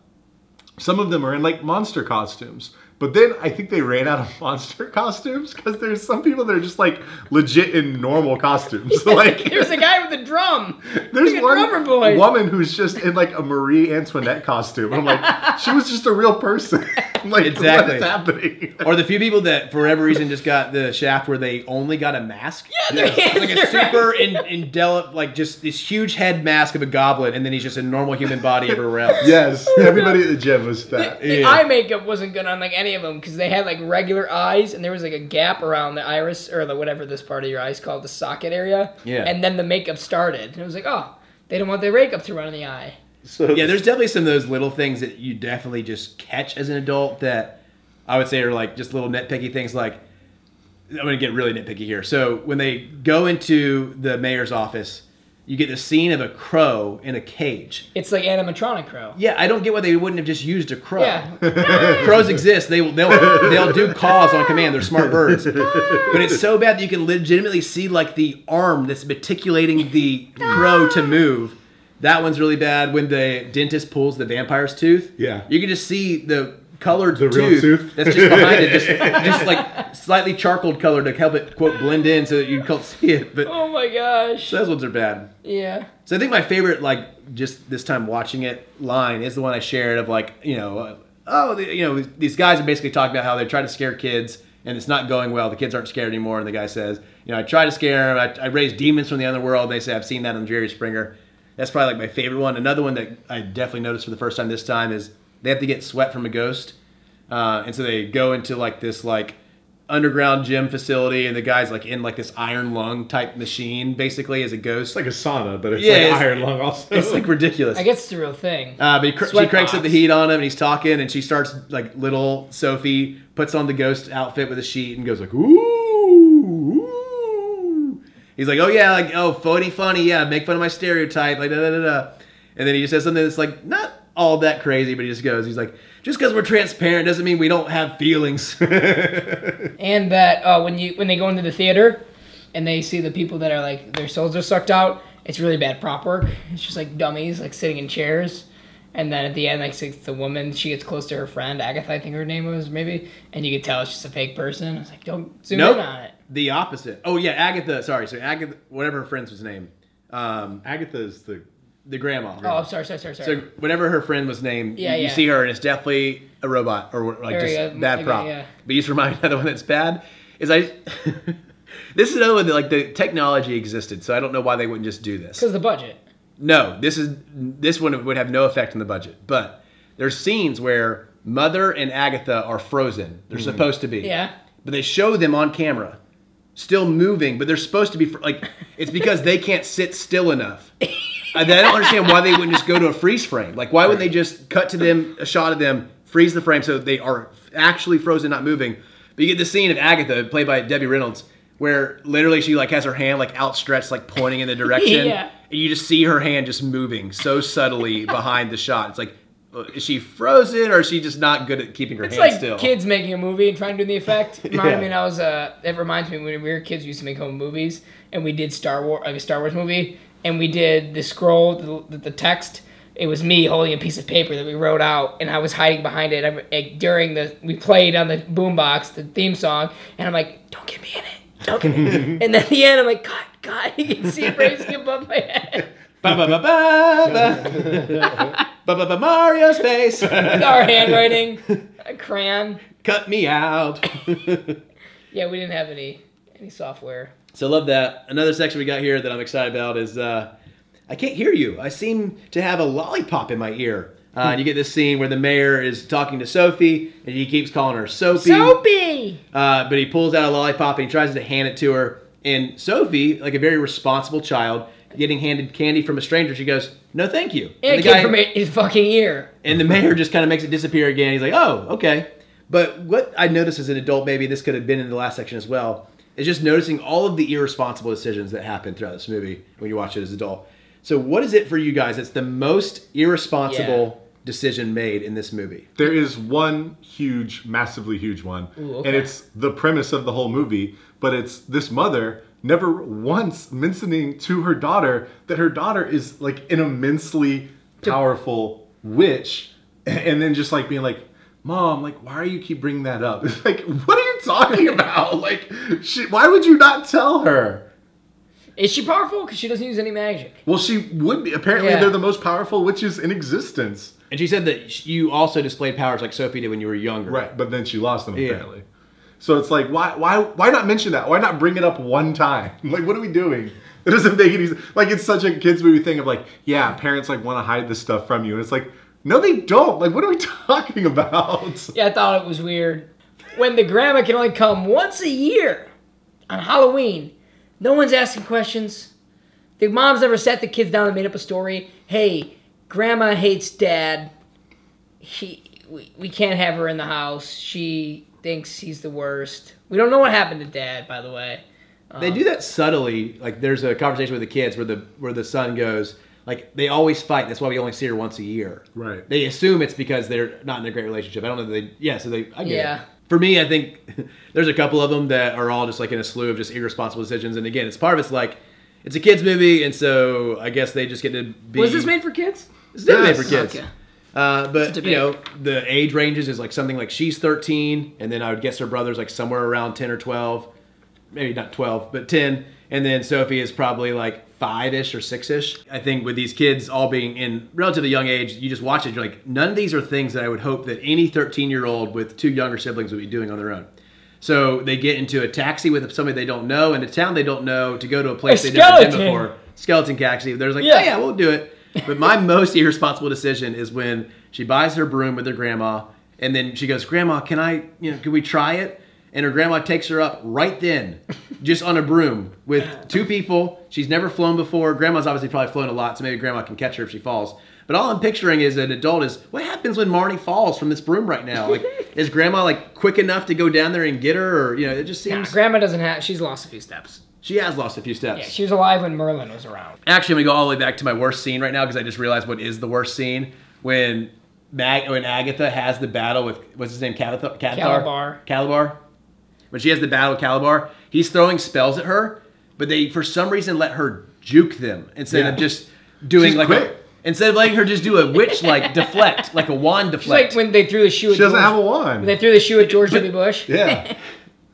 Speaker 9: some of them are in like monster costumes. But then I think they ran out of monster costumes because there's some people that are just like legit in normal costumes. like
Speaker 4: There's a guy with a drum.
Speaker 9: there's
Speaker 4: Look at
Speaker 9: one
Speaker 4: drummer boy.
Speaker 9: woman who's just in like a Marie Antoinette costume. I'm like, she was just a real person. I'm like,
Speaker 2: Exactly.
Speaker 9: what is happening?
Speaker 2: Or the few people that, for whatever reason, just got the shaft where they only got a mask. Yeah, like a super in, indelible, like just this huge head mask of a goblin, and then he's just a normal human body everywhere else.
Speaker 9: Yes, everybody at the gym was that.
Speaker 4: The eye makeup wasn't good on like any of them because they had like regular eyes and there was like a gap around the iris or the whatever this part of your eye is called the socket area.
Speaker 2: Yeah.
Speaker 4: And then the makeup started and it was like, oh, they don't want their makeup to run in the eye.
Speaker 2: Yeah, there's definitely some of those little things that you definitely just catch as an adult that I would say are like just little nitpicky things. Like, I'm going to get really nitpicky here. So, when they go into the mayor's office, you get the scene of a crow in a cage.
Speaker 4: It's like animatronic crow.
Speaker 2: Yeah, I don't get why they wouldn't have just used a crow.
Speaker 4: Yeah.
Speaker 2: Crows exist. They will. They'll. They'll do calls on command. They're smart birds. But it's so bad that you can legitimately see like the arm that's meticulating the crow to move. That one's really bad. When the dentist pulls the vampire's tooth.
Speaker 5: Yeah.
Speaker 2: You can just see the colored
Speaker 5: The real
Speaker 2: tooth,
Speaker 5: tooth?
Speaker 2: that's just behind it, just, just like slightly charcoal color to help it quote blend in so that you don't see it. But
Speaker 4: oh my gosh.
Speaker 2: those ones are bad.
Speaker 4: Yeah.
Speaker 2: So I think my favorite, like, just this time watching it, line is the one I shared of like, you know, uh, oh, the, you know, these guys are basically talking about how they try to scare kids and it's not going well. The kids aren't scared anymore, and the guy says, you know, I try to scare them. I, I raised demons from the other world. They say I've seen that on Jerry Springer. That's probably like my favorite one. Another one that I definitely noticed for the first time this time is they have to get sweat from a ghost, uh, and so they go into like this like underground gym facility, and the guy's like in like this iron lung type machine, basically as a ghost.
Speaker 5: It's like a sauna, but it's
Speaker 2: Yeah,
Speaker 5: like
Speaker 2: it's-
Speaker 5: iron lung also.
Speaker 2: It's like ridiculous.
Speaker 4: I guess it's the real thing.
Speaker 2: uh, but he cr- she
Speaker 4: Sweat
Speaker 2: cranks up the
Speaker 4: box.
Speaker 2: heat on him, and he's talking, and she starts like little Sophie puts on the ghost outfit with a sheet and goes like, ooh, ooh. He's like, oh yeah, like oh funny, funny, yeah, make fun of my stereotype, like da da da da. And then he just says something that's like not all that crazy, but he just goes, he's like, just because we're transparent doesn't mean we don't have feelings.
Speaker 4: and that uh, when you when they go into the theater and they see the people that are like their souls are sucked out it's really bad prop work it's just like dummies like sitting in chairs and then at the end like it's the woman she gets close to her friend agatha i think her name was maybe and you could tell it's just a fake person it's like don't zoom
Speaker 2: nope,
Speaker 4: in on it
Speaker 2: the opposite. Oh yeah, Agatha. Sorry, so Agatha, whatever her friend's was name, um,
Speaker 5: Agatha is the
Speaker 2: the grandma.
Speaker 4: oh i'm sorry sorry sorry sorry
Speaker 2: So whatever her friend was named,
Speaker 4: Yeah,
Speaker 2: you, you
Speaker 4: yeah.
Speaker 2: see her and it's definitely a robot or like
Speaker 4: There
Speaker 2: just
Speaker 4: you go.
Speaker 2: bad
Speaker 4: Okay,
Speaker 2: prop.
Speaker 4: yeah.
Speaker 2: But you just remind me another one that's bad is I. this is another one that like the technology existed, so I don't know why they wouldn't just do this.
Speaker 4: because the budget
Speaker 2: No, this is this one would have no effect on the budget. But there's scenes where Mother and Agatha are frozen. They're supposed to be.
Speaker 4: Yeah.
Speaker 2: But they show them on camera, still moving, but they're supposed to be fr- like it's because they can't sit still enough. And I don't understand why they wouldn't just go to a freeze frame. Like why would they just cut to them a shot of them, freeze the frame so they are actually frozen, not moving. But you get the scene of Agatha, played by Debbie Reynolds, where literally she like has her hand like outstretched, like pointing in the direction.
Speaker 4: Yeah.
Speaker 2: And you just see her hand just moving so subtly behind the shot. It's like, uh, is she frozen or is she just not good at keeping her
Speaker 4: it's
Speaker 2: hand
Speaker 4: like
Speaker 2: still?
Speaker 4: kids making a movie and trying to do the effect. Reminded
Speaker 5: Yeah.
Speaker 4: me when I was uh, it reminds me when we were kids, we used to make home movies, and we did Star War like a Star Wars movie, and we did the scroll, the, the text. It was me holding a piece of paper that we wrote out, and I was hiding behind it. I, I, during the we played on the boombox the theme song, and I'm like, "Don't get me in it, don't get me." in it." and then at the end, I'm like, "God, God, you can see it raising above my head."
Speaker 2: Ba ba ba ba ba ba ba Mario's face.
Speaker 4: Our handwriting, a crayon.
Speaker 2: Cut me out.
Speaker 4: Yeah, we didn't have any any software.
Speaker 2: So love that. Another section we got here that I'm excited about is uh, I can't hear you. I seem to have a lollipop in my ear. Uh, and you get this scene where the mayor is talking to Sophie, and he keeps calling her Sophie.
Speaker 4: Soapy.
Speaker 2: Uh, but he pulls out a lollipop and he tries to hand it to her. And Sophie, like a very responsible child, getting handed candy from a stranger. She goes, "No, thank you."
Speaker 4: And it
Speaker 2: the
Speaker 4: came
Speaker 2: guy-
Speaker 4: from his fucking ear.
Speaker 2: and the mayor just kind of makes it disappear again. He's like, "Oh, okay." But what I noticed as an adult, maybe this could have been in the last section as well, is just noticing all of the irresponsible decisions that happen throughout this movie when you watch it as an adult. So, what is it for you guys? That's the most irresponsible decision made in this movie.
Speaker 5: There is one huge, massively huge one,
Speaker 4: okay.
Speaker 5: and it's the premise of the whole movie. But it's this mother never once mentioning to her daughter that her daughter is like an immensely powerful witch, and then just like being like, "Mom, like, why are you keep bringing that up? It's like, what are you talking about? Like, she, why would you not tell her?"
Speaker 4: Is she powerful? Because she doesn't use any magic.
Speaker 5: Well, she would be. Apparently,
Speaker 4: Yeah.
Speaker 5: they're the most powerful witches in existence.
Speaker 2: And she said that sh- you also displayed powers like Sophie did when you were younger.
Speaker 5: Right, but then she lost them apparently. So it's like, why, why, why not mention that? Why not bring it up one time? Like, what are we doing? It doesn't make it easy. Like, it's such a kids movie thing of like, yeah, parents like want to hide this stuff from you, and it's like, no, they don't. Like, what are we talking about?
Speaker 4: Yeah, I thought it was weird. When the grandma can only come once a year on Halloween, no one's asking questions. The mom's never sat the kids down and made up a story. Hey, grandma hates dad. He, we, we can't have her in the house. She thinks he's the worst. We don't know what happened to dad, by the way.
Speaker 2: They do that subtly. Like there's a conversation with the kids where the where the son goes, like they always fight. That's why we only see her once a year.
Speaker 5: Right.
Speaker 2: They assume it's because they're not in a great relationship. I don't know. That they yeah. So they I get
Speaker 4: Yeah.
Speaker 2: yeah. For me, I think there's a couple of them that are all just like in a slew of just irresponsible decisions. And again, it's part of it's like it's a kids movie, and so I guess they just get to be.
Speaker 4: Was this made for kids?
Speaker 2: It's definitely made
Speaker 5: Yes.
Speaker 2: for kids.
Speaker 4: Okay.
Speaker 2: Uh, but
Speaker 4: It's a
Speaker 2: you know the age ranges is like something like she's 13 and then i would guess her brother's like somewhere around 10 or 12 maybe not 12 but 10 and then sophie is probably like 5ish or 6ish i think with these kids all being in relatively young age you just watch it you're like none of these are things that i would hope that any 13 year old with two younger siblings would be doing on their own so they get into a taxi with somebody they don't know in a town they don't know to go to a place
Speaker 4: A
Speaker 2: they've never been
Speaker 4: skeleton.
Speaker 2: before skeleton taxi. There's like,
Speaker 4: Yeah.
Speaker 2: yeah, yeah, we'll do it. But my most irresponsible decision is when she buys her broom with her grandma, and then she goes, "Grandma, can I? You know, can we try it?" And her grandma takes her up right then, just on a broom with two people. She's never flown before. Grandma's obviously probably flown a lot, so maybe grandma can catch her if she falls. But all I'm picturing is an adult is what happens when Marnie falls from this broom right now? Like, is grandma like quick enough to go down there and get her? Or you know, it just
Speaker 4: Nah,
Speaker 2: seems
Speaker 4: grandma doesn't have. She's lost a few steps.
Speaker 2: she has lost a few steps.
Speaker 4: Yeah, she was alive when Merlin was around.
Speaker 2: Actually, I'm gonna go all the way back to my worst scene right now because I just realized what is the worst scene when Mag when Agatha has the battle with what's his name Calathar
Speaker 4: Calabar.
Speaker 2: Calabar Calabar when she has the battle with Calabar he's throwing spells at her but they for some reason let her juke them instead of
Speaker 5: Yeah.
Speaker 2: just doing
Speaker 5: She's
Speaker 2: like
Speaker 5: quick.
Speaker 2: A, instead of letting her just do a witch like deflect like a wand
Speaker 4: It's like
Speaker 2: deflect
Speaker 4: when they threw the shoe.
Speaker 5: She doesn't have a wand.
Speaker 4: They threw the shoe at George W. Bush.
Speaker 5: yeah,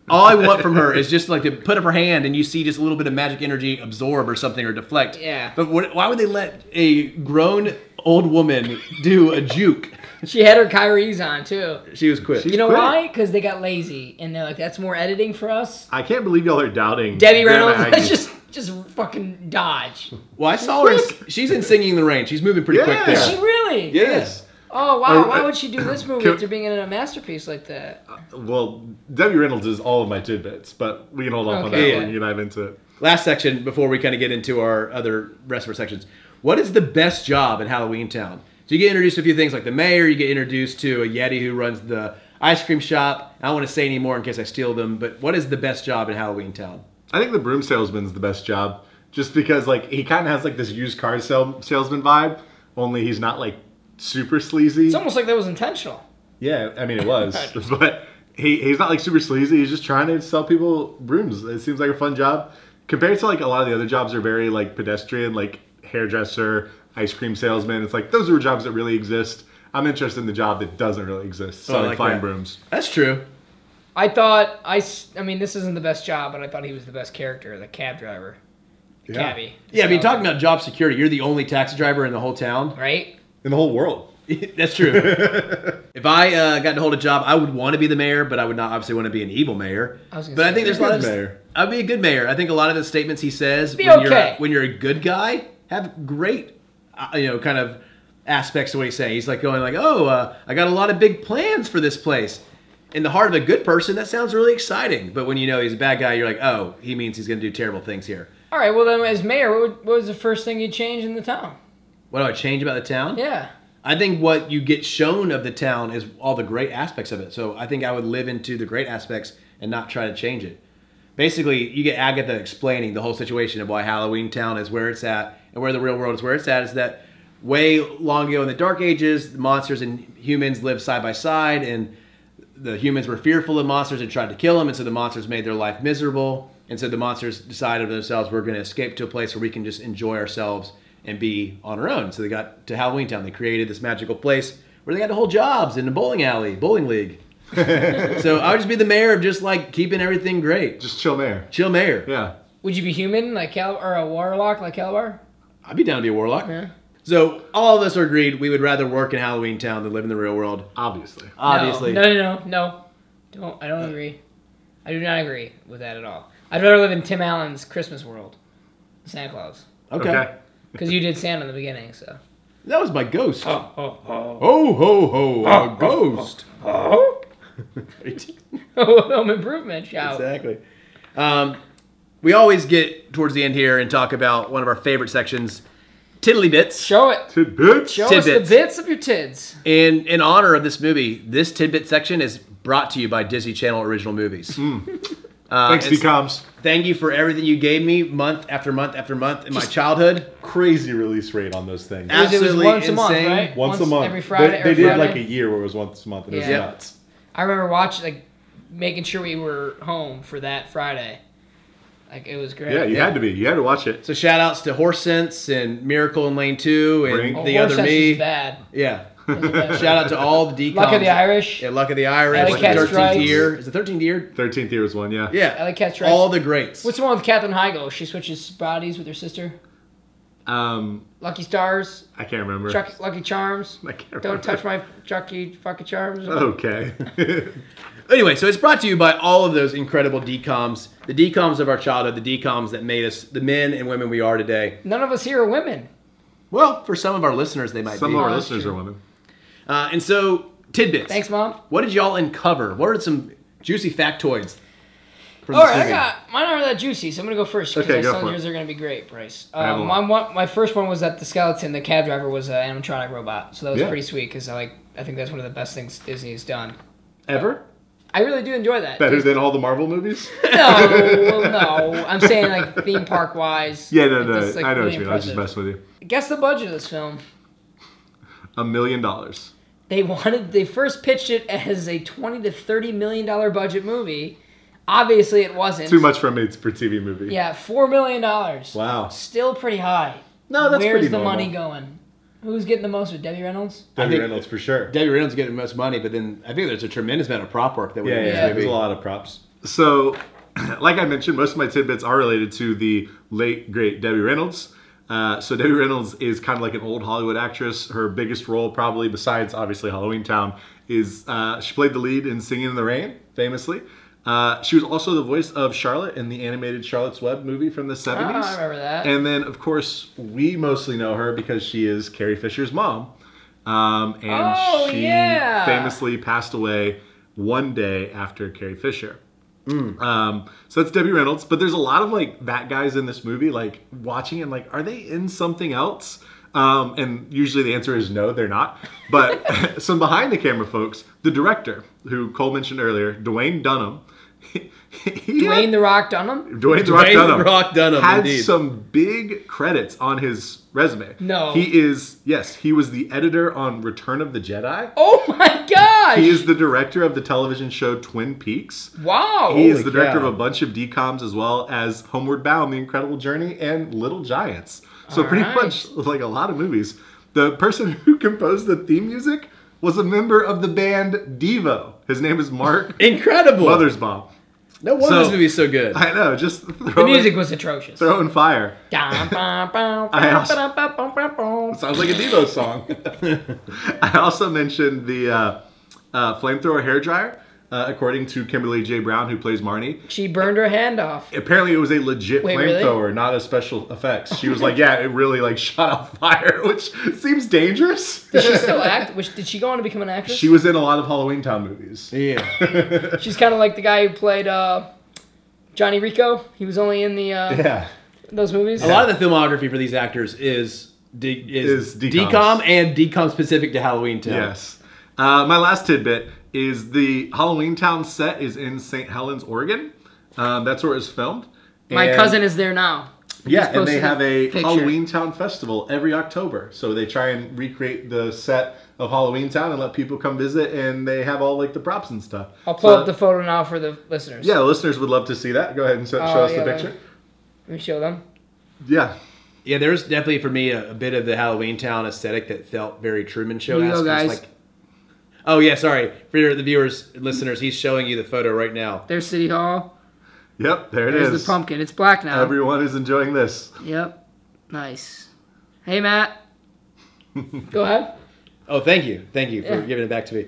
Speaker 2: all I want from her is just like to put up her hand and you see just a little bit of magic energy absorb or something or deflect.
Speaker 4: Yeah.
Speaker 2: But what, why would they let a grown old woman do a juke?
Speaker 4: She had her Kyrie's on too.
Speaker 2: She was quick.
Speaker 4: You know
Speaker 5: Quit.
Speaker 4: why? Because they got lazy and they're like, "That's more editing for us."
Speaker 5: I can't believe y'all are doubting
Speaker 4: Debbie
Speaker 5: Grandma
Speaker 4: Reynolds,
Speaker 5: Aggie.
Speaker 4: let's just just fucking dodge.
Speaker 2: well, I saw her. In, she's in Singing in the Rain. She's moving pretty quick
Speaker 5: Yeah.
Speaker 2: there.
Speaker 4: She really?
Speaker 5: yes.
Speaker 4: Oh wow!
Speaker 5: Or-
Speaker 4: Why would she do this movie
Speaker 5: Can-
Speaker 4: after being in a masterpiece like that?
Speaker 5: Well, Debbie Reynolds is all of my tidbits, but we can hold off on
Speaker 4: Okay.
Speaker 5: that one. You dive into it.
Speaker 2: Last section before we kind of get into our other rest of our sections. What is the best job in Halloween Town? So you get introduced to a few things like the mayor. You get introduced to a yeti who runs the ice cream shop. I don't want to say any more in case I steal them. But what is the best job in Halloween Town?
Speaker 5: I think the broom salesman's the best job, just because like he kind of has like this used car sale- salesman vibe, only he's not like super sleazy.
Speaker 4: It's almost like that was intentional.
Speaker 5: yeah, I mean it was, but he, he's not like super sleazy. He's just trying to sell people brooms. It seems like a fun job compared to like a lot of the other jobs are very like pedestrian, like hairdresser, ice cream salesman. It's like those are jobs that really exist. I'm interested in the job that doesn't really exist, selling
Speaker 2: Oh, like
Speaker 5: flying
Speaker 2: that.
Speaker 5: brooms.
Speaker 2: That's true.
Speaker 4: I thought I. s- I mean, this isn't the best job, but I thought he was the best character, the cab driver, the cabbie.
Speaker 2: Yeah, I mean, talking about job security, you're the only taxi driver in the whole town.
Speaker 4: right?
Speaker 5: In the whole world,
Speaker 2: That's true. if I uh, got to hold a job, I would want to be the mayor, but I would not obviously want to be an evil mayor.
Speaker 4: I was gonna
Speaker 2: but I
Speaker 4: say-
Speaker 2: think there's a lot of
Speaker 5: mayor.
Speaker 2: I'd be a good mayor. I think a lot of the statements he says
Speaker 4: Be
Speaker 2: when
Speaker 4: okay.
Speaker 2: you're when you're a good guy have great, uh, you know, kind of aspects to what he's saying. He's like going like, "Oh, uh, I got a lot of big plans for this place." In the heart of a good person, that sounds really exciting. But when you know he's a bad guy, you're like, "Oh, he means he's going to do terrible things here."
Speaker 4: All right. Well, then, as mayor, what, would, what was the first thing you changed in the town?
Speaker 2: What do I change about the town?
Speaker 4: Yeah.
Speaker 2: I think what you get shown of the town is all the great aspects of it. So I think I would live into the great aspects and not try to change it. Basically, you get Agatha explaining the whole situation of why Halloween Town is where it's at and where the real world is where it's at is that way long ago in the Dark Ages, monsters and humans lived side by side, and the humans were fearful of monsters and tried to kill them, and so the monsters made their life miserable. And so the monsters decided themselves, we're going to escape to a place where we can just enjoy ourselves and be on our own. So they got to Halloween Town. They created this magical place where they got to hold jobs in a bowling alley, bowling league. so I would just be the mayor of just like keeping everything great.
Speaker 5: Just chill there.
Speaker 2: Chill mayor.
Speaker 5: Yeah.
Speaker 4: Would you be human like Cal or a warlock like Calabar?
Speaker 2: I'd be down to be a warlock. So all of us are agreed we would rather work in Halloween Town than live in the real world.
Speaker 5: Obviously.
Speaker 2: Uh, Obviously. Uh.
Speaker 4: No, no, no, no, no. Don't. I don't agree. I do not agree with that at all. I'd rather live in Tim Allen's Christmas world, Santa Claus,
Speaker 2: Okay.
Speaker 5: okay.
Speaker 4: because you did Santa in the beginning. So.
Speaker 2: That was my ghost.
Speaker 5: Oh,
Speaker 2: Oh,
Speaker 10: Ho, ho, ho, a ghost.
Speaker 5: Oh.
Speaker 4: Home improvement shout.
Speaker 2: Exactly. Um, we always get towards the end here and talk about one of our favorite sections, tiddly bits.
Speaker 4: Show it.
Speaker 5: Tidbits.
Speaker 4: Show us
Speaker 2: Tidbits.
Speaker 4: the bits of your tids.
Speaker 2: In in honor of this movie, this tidbit section is brought to you by Disney Channel Original Movies.
Speaker 5: Mm.
Speaker 2: Uh,
Speaker 5: Thanks,
Speaker 2: it's-
Speaker 5: DComs.
Speaker 2: Thank you for everything you gave me month after month after month in my childhood.
Speaker 11: Crazy release rate on those things.
Speaker 4: It was- it was
Speaker 2: Absolutely
Speaker 4: once a month,
Speaker 2: insane.
Speaker 4: right?
Speaker 11: Once, a month.
Speaker 4: Every Friday.
Speaker 11: They,
Speaker 4: every
Speaker 11: they did
Speaker 4: Friday.
Speaker 11: like a year where it was once a month. And It was
Speaker 4: Yeah.
Speaker 11: nuts.
Speaker 4: I remember watching, like, making sure we were home for that Friday. Like it was great.
Speaker 5: Yeah, you had to be. You had to watch it.
Speaker 2: So shout outs to Horse Sense and Miracle in Lane Two and
Speaker 5: Brink.
Speaker 4: Oh,
Speaker 2: the
Speaker 4: Horse
Speaker 2: other
Speaker 4: Sense
Speaker 2: me.
Speaker 4: Was bad.
Speaker 2: Yeah.
Speaker 4: It was bad.
Speaker 2: Shout out to all the decoms.
Speaker 4: Luck of the Irish.
Speaker 2: Yeah, Luck of the Irish.
Speaker 4: Alley Cat Strikes.
Speaker 2: Thirteenth year. Is the thirteenth year?
Speaker 5: 13th year was one, yeah.
Speaker 2: Yeah.
Speaker 4: Alley Cat Strikes.
Speaker 2: all the greats.
Speaker 4: What's the one with Katherine Heigl? She switches bodies with her sister.
Speaker 5: Um,
Speaker 4: Lucky Stars,
Speaker 5: I can't remember.
Speaker 4: Chuck, Lucky Charms.
Speaker 5: I can't remember.
Speaker 4: Don't touch my Chucky fucking charms.
Speaker 5: Oh. Okay.
Speaker 2: Anyway, so it's brought to you by all of those incredible DComs, the DComs of our childhood, the DComs that made us the men and women we are today.
Speaker 4: None of us here are women.
Speaker 2: Well, for some of our listeners, they might
Speaker 5: Some
Speaker 2: be.
Speaker 5: of our
Speaker 4: that's
Speaker 5: listeners
Speaker 4: true.
Speaker 5: are women.
Speaker 2: Uh, and so, tidbits.
Speaker 4: Thanks, Mom.
Speaker 2: What did y'all uncover? What are some juicy factoids? From
Speaker 4: All
Speaker 2: this
Speaker 4: right, I
Speaker 2: movie?
Speaker 4: got mine aren't that juicy, so I'm gonna go first because
Speaker 5: Okay,
Speaker 4: I
Speaker 5: go
Speaker 4: saw
Speaker 5: for it.
Speaker 4: yours are gonna be great, Bryce.
Speaker 5: have
Speaker 4: Um,
Speaker 5: a
Speaker 4: my,
Speaker 5: lot.
Speaker 4: one, my first one was that the skeleton, the cab driver, was an animatronic robot, so that was
Speaker 5: Yeah.
Speaker 4: pretty sweet because I like I think that's one of the best things Disney has done.
Speaker 5: Ever?
Speaker 4: I really do enjoy that.
Speaker 5: Better than all the Marvel movies?
Speaker 4: No, no, I'm saying like theme park wise.
Speaker 5: yeah, no,
Speaker 4: it
Speaker 5: no.
Speaker 4: just, like,
Speaker 5: I know what
Speaker 4: really
Speaker 5: you mean. I was just
Speaker 4: impressive.
Speaker 5: messing with you.
Speaker 4: Guess the budget of this film.
Speaker 5: A million dollars.
Speaker 4: they wanted they first pitched it as a 20 to 30 million dollar budget movie obviously it wasn't
Speaker 5: Too much for a made for TV movie.
Speaker 4: yeah four million dollars
Speaker 5: Wow.
Speaker 4: still pretty high
Speaker 5: No, that's
Speaker 4: where's
Speaker 5: pretty
Speaker 4: the
Speaker 5: normal.
Speaker 4: money going who's getting the most with debbie reynolds
Speaker 11: Debbie
Speaker 2: think-
Speaker 11: Reynolds for sure.
Speaker 2: Debbie Reynolds getting the most money, but then I think there's a tremendous amount of prop work that we
Speaker 11: Yeah, yeah,
Speaker 2: did
Speaker 11: yeah.
Speaker 2: in this
Speaker 11: There's a
Speaker 2: movie.
Speaker 11: lot of props.
Speaker 5: So, like I mentioned, most of my tidbits are related to the late great Debbie Reynolds. Uh, so Debbie Reynolds is kind of like an old Hollywood actress. Her biggest role, probably besides obviously Halloween Town, is uh, she played the lead in Singing in the Rain, famously. Uh, she was also the voice of Charlotte in the animated Charlotte's Web movie from the 70s.
Speaker 4: Ah, I remember that.
Speaker 5: And then, of course, we mostly know her because she is Carrie Fisher's mom. Um, and
Speaker 4: Oh,
Speaker 5: she
Speaker 4: yeah.
Speaker 5: famously passed away one day after Carrie Fisher.
Speaker 2: Hmm.
Speaker 5: Um, so that's Debbie Reynolds, but there's a lot of like that guys in this movie, like watching and like, are they in something else? Um, and usually the answer is no, they're not. But some behind the camera folks, the director, who Cole mentioned earlier, Dwayne Dunham, he
Speaker 4: dwayne
Speaker 5: had-
Speaker 4: the rock dunham
Speaker 5: Dwayne the Rock
Speaker 2: Dwayne The
Speaker 5: Dunham,
Speaker 2: Rock Dunham,
Speaker 5: had
Speaker 2: indeed.
Speaker 5: some big credits on his resume.
Speaker 4: No.
Speaker 5: he is yes, he was the editor on Return of the Jedi.
Speaker 4: oh my gosh
Speaker 5: He is the director of the television show Twin Peaks.
Speaker 4: wow
Speaker 5: He is the
Speaker 2: Holy
Speaker 5: director
Speaker 2: cow.
Speaker 5: of a bunch of DComs as well as Homeward Bound, The Incredible Journey, and Little Giants. So pretty
Speaker 4: right.
Speaker 5: much like a lot of movies. The person who composed the theme music was a member of the band Devo. His name is Mark
Speaker 2: Incredible.
Speaker 5: Mothersbaugh.
Speaker 2: no wonder
Speaker 5: So-
Speaker 2: this movie's so good.
Speaker 5: I know, just
Speaker 4: the
Speaker 5: throwing,
Speaker 4: music was atrocious
Speaker 5: throwing fire.
Speaker 4: Dum, bum, bum,
Speaker 5: I also-
Speaker 4: bum, bum, bum, bum, bum.
Speaker 5: Sounds like a Devo song. I also mentioned the uh, uh, flamethrower hairdryer, uh, according to Kimberly J. Brown, who plays Marnie.
Speaker 4: she burned her hand off
Speaker 5: Apparently, it was a legit
Speaker 4: Wait, really?
Speaker 5: flamethrower, not a special effects. She was like, "Yeah, it really like shot out fire," which seems dangerous.
Speaker 4: did she still act which did she go on to become an actress
Speaker 5: She was in a lot of Halloween Town movies.
Speaker 2: yeah.
Speaker 4: She's kind of like the guy who played uh, Johnny Rico. He was only in the uh,
Speaker 5: Yeah,
Speaker 4: those movies?
Speaker 2: A lot of the filmography for these actors is de- is,
Speaker 5: Is
Speaker 2: decom.
Speaker 5: decoms.
Speaker 2: and decom specific to Halloween Town.
Speaker 5: Yes. Uh, my last tidbit is the Halloween Town set is in St. Helens, Oregon. Um, that's where it was filmed.
Speaker 4: My
Speaker 5: And-
Speaker 4: cousin is there now.
Speaker 5: Yeah, and
Speaker 4: posted
Speaker 5: they
Speaker 4: a
Speaker 5: have a
Speaker 4: picture.
Speaker 5: Halloween Town festival every October. So they try and recreate the set of Halloween Town and let people come visit, and they have all like the props and stuff.
Speaker 4: I'll pull
Speaker 5: So-
Speaker 4: up the photo now for the listeners.
Speaker 5: Yeah, listeners would love to see that. Go ahead and so- show
Speaker 4: Oh,
Speaker 5: us
Speaker 4: yeah,
Speaker 5: the picture.
Speaker 4: Let me show them.
Speaker 5: Yeah.
Speaker 2: Yeah, there's definitely for me a, a bit of the Halloween Town aesthetic that felt very Truman Show.
Speaker 4: Here you go, guys.
Speaker 2: oh yeah, sorry for the viewers, listeners. He's showing you the photo right now.
Speaker 4: There's City Hall.
Speaker 5: Yep, there it is.
Speaker 4: There's the pumpkin. It's black now.
Speaker 5: Everyone is enjoying this.
Speaker 4: yep. Nice. Hey, Matt. Go ahead.
Speaker 2: Oh, thank you, thank you for
Speaker 4: Yeah.
Speaker 2: giving it back to me.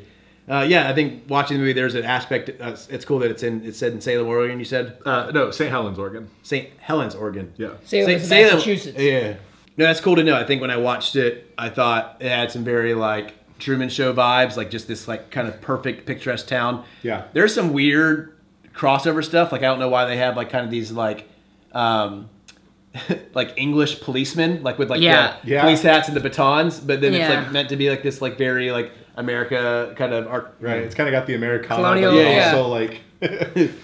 Speaker 2: Uh, yeah, I think watching the movie, there's an aspect. Uh, it's cool that it's in. It's said in Salem, Oregon. You said
Speaker 5: Uh, no, St. Helens, Oregon.
Speaker 2: St. Helens, Oregon.
Speaker 5: Yeah.
Speaker 4: Salem,
Speaker 2: Say-
Speaker 4: is in
Speaker 2: Salem-
Speaker 4: Massachusetts.
Speaker 2: Yeah. No, that's cool to know. I think when I watched it, I thought it had some very like Truman Show vibes, like just this like kind of perfect picturesque town.
Speaker 5: Yeah.
Speaker 2: There's some weird crossover stuff. Like I don't know why they have like kind of these like um like English policemen, like with like
Speaker 4: Yeah.
Speaker 2: the
Speaker 5: Yeah.
Speaker 2: police hats and the batons, but then it's
Speaker 4: Yeah.
Speaker 2: like meant to be like this like very like America kind of art
Speaker 5: Right. It's kind of got the Americana,
Speaker 4: Colonial-
Speaker 5: but
Speaker 4: Yeah.
Speaker 5: also like,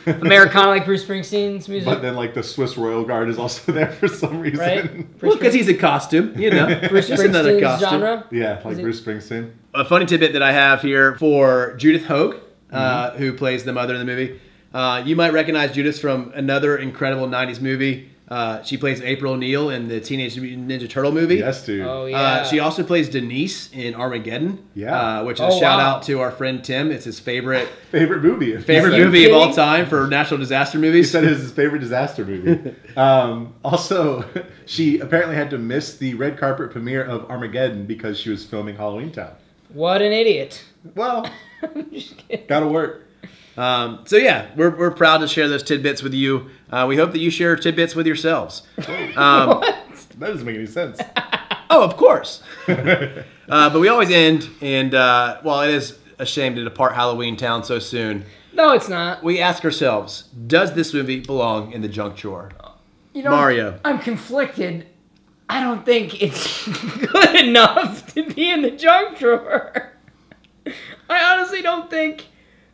Speaker 4: Americana, like Bruce Springsteen's music.
Speaker 5: but then like the Swiss Royal Guard is also there for some reason.
Speaker 4: right?
Speaker 2: Well, because he's a costume, you know.
Speaker 4: Bruce
Speaker 2: Just another
Speaker 4: Springsteen's
Speaker 2: costume.
Speaker 4: genre.
Speaker 5: Yeah, like
Speaker 4: it-
Speaker 5: Bruce Springsteen.
Speaker 2: a funny tidbit that I have here for Judith Hogue, uh,
Speaker 5: Mm-hmm.
Speaker 2: who plays the mother in the movie. Uh, you might recognize Judith from another incredible '90s movie. Uh, she plays April O'Neil in the Teenage Mutant Ninja Turtle movie.
Speaker 5: Yes, dude.
Speaker 4: Oh yeah.
Speaker 2: Uh, she also plays Denise in Armageddon.
Speaker 5: Yeah.
Speaker 2: uh, which is
Speaker 4: Oh,
Speaker 2: a shout
Speaker 4: wow.
Speaker 2: out to our friend Tim. It's his favorite
Speaker 5: Favorite movie.
Speaker 2: favorite
Speaker 5: He said-
Speaker 2: movie of all
Speaker 4: kidding?
Speaker 2: time for national disaster
Speaker 5: He
Speaker 2: movies.
Speaker 5: said it was his favorite disaster movie. Um, also, she apparently had to miss the red carpet premiere of Armageddon because she was filming Halloween Town.
Speaker 4: what an idiot.
Speaker 5: Well, gotta work.
Speaker 2: Um, so yeah, we're, we're proud to share those tidbits with you. Uh, we hope that you share tidbits with yourselves.
Speaker 5: That doesn't make any sense.
Speaker 2: Oh, of course. uh, but we always end, and uh, while it is a shame to depart Halloween Town so soon,
Speaker 4: No, it's not.
Speaker 2: we ask ourselves: Does this movie belong in the junk drawer?
Speaker 4: You know,
Speaker 2: Mario.
Speaker 4: I'm conflicted. I don't think it's good enough to be in the junk drawer. I honestly don't think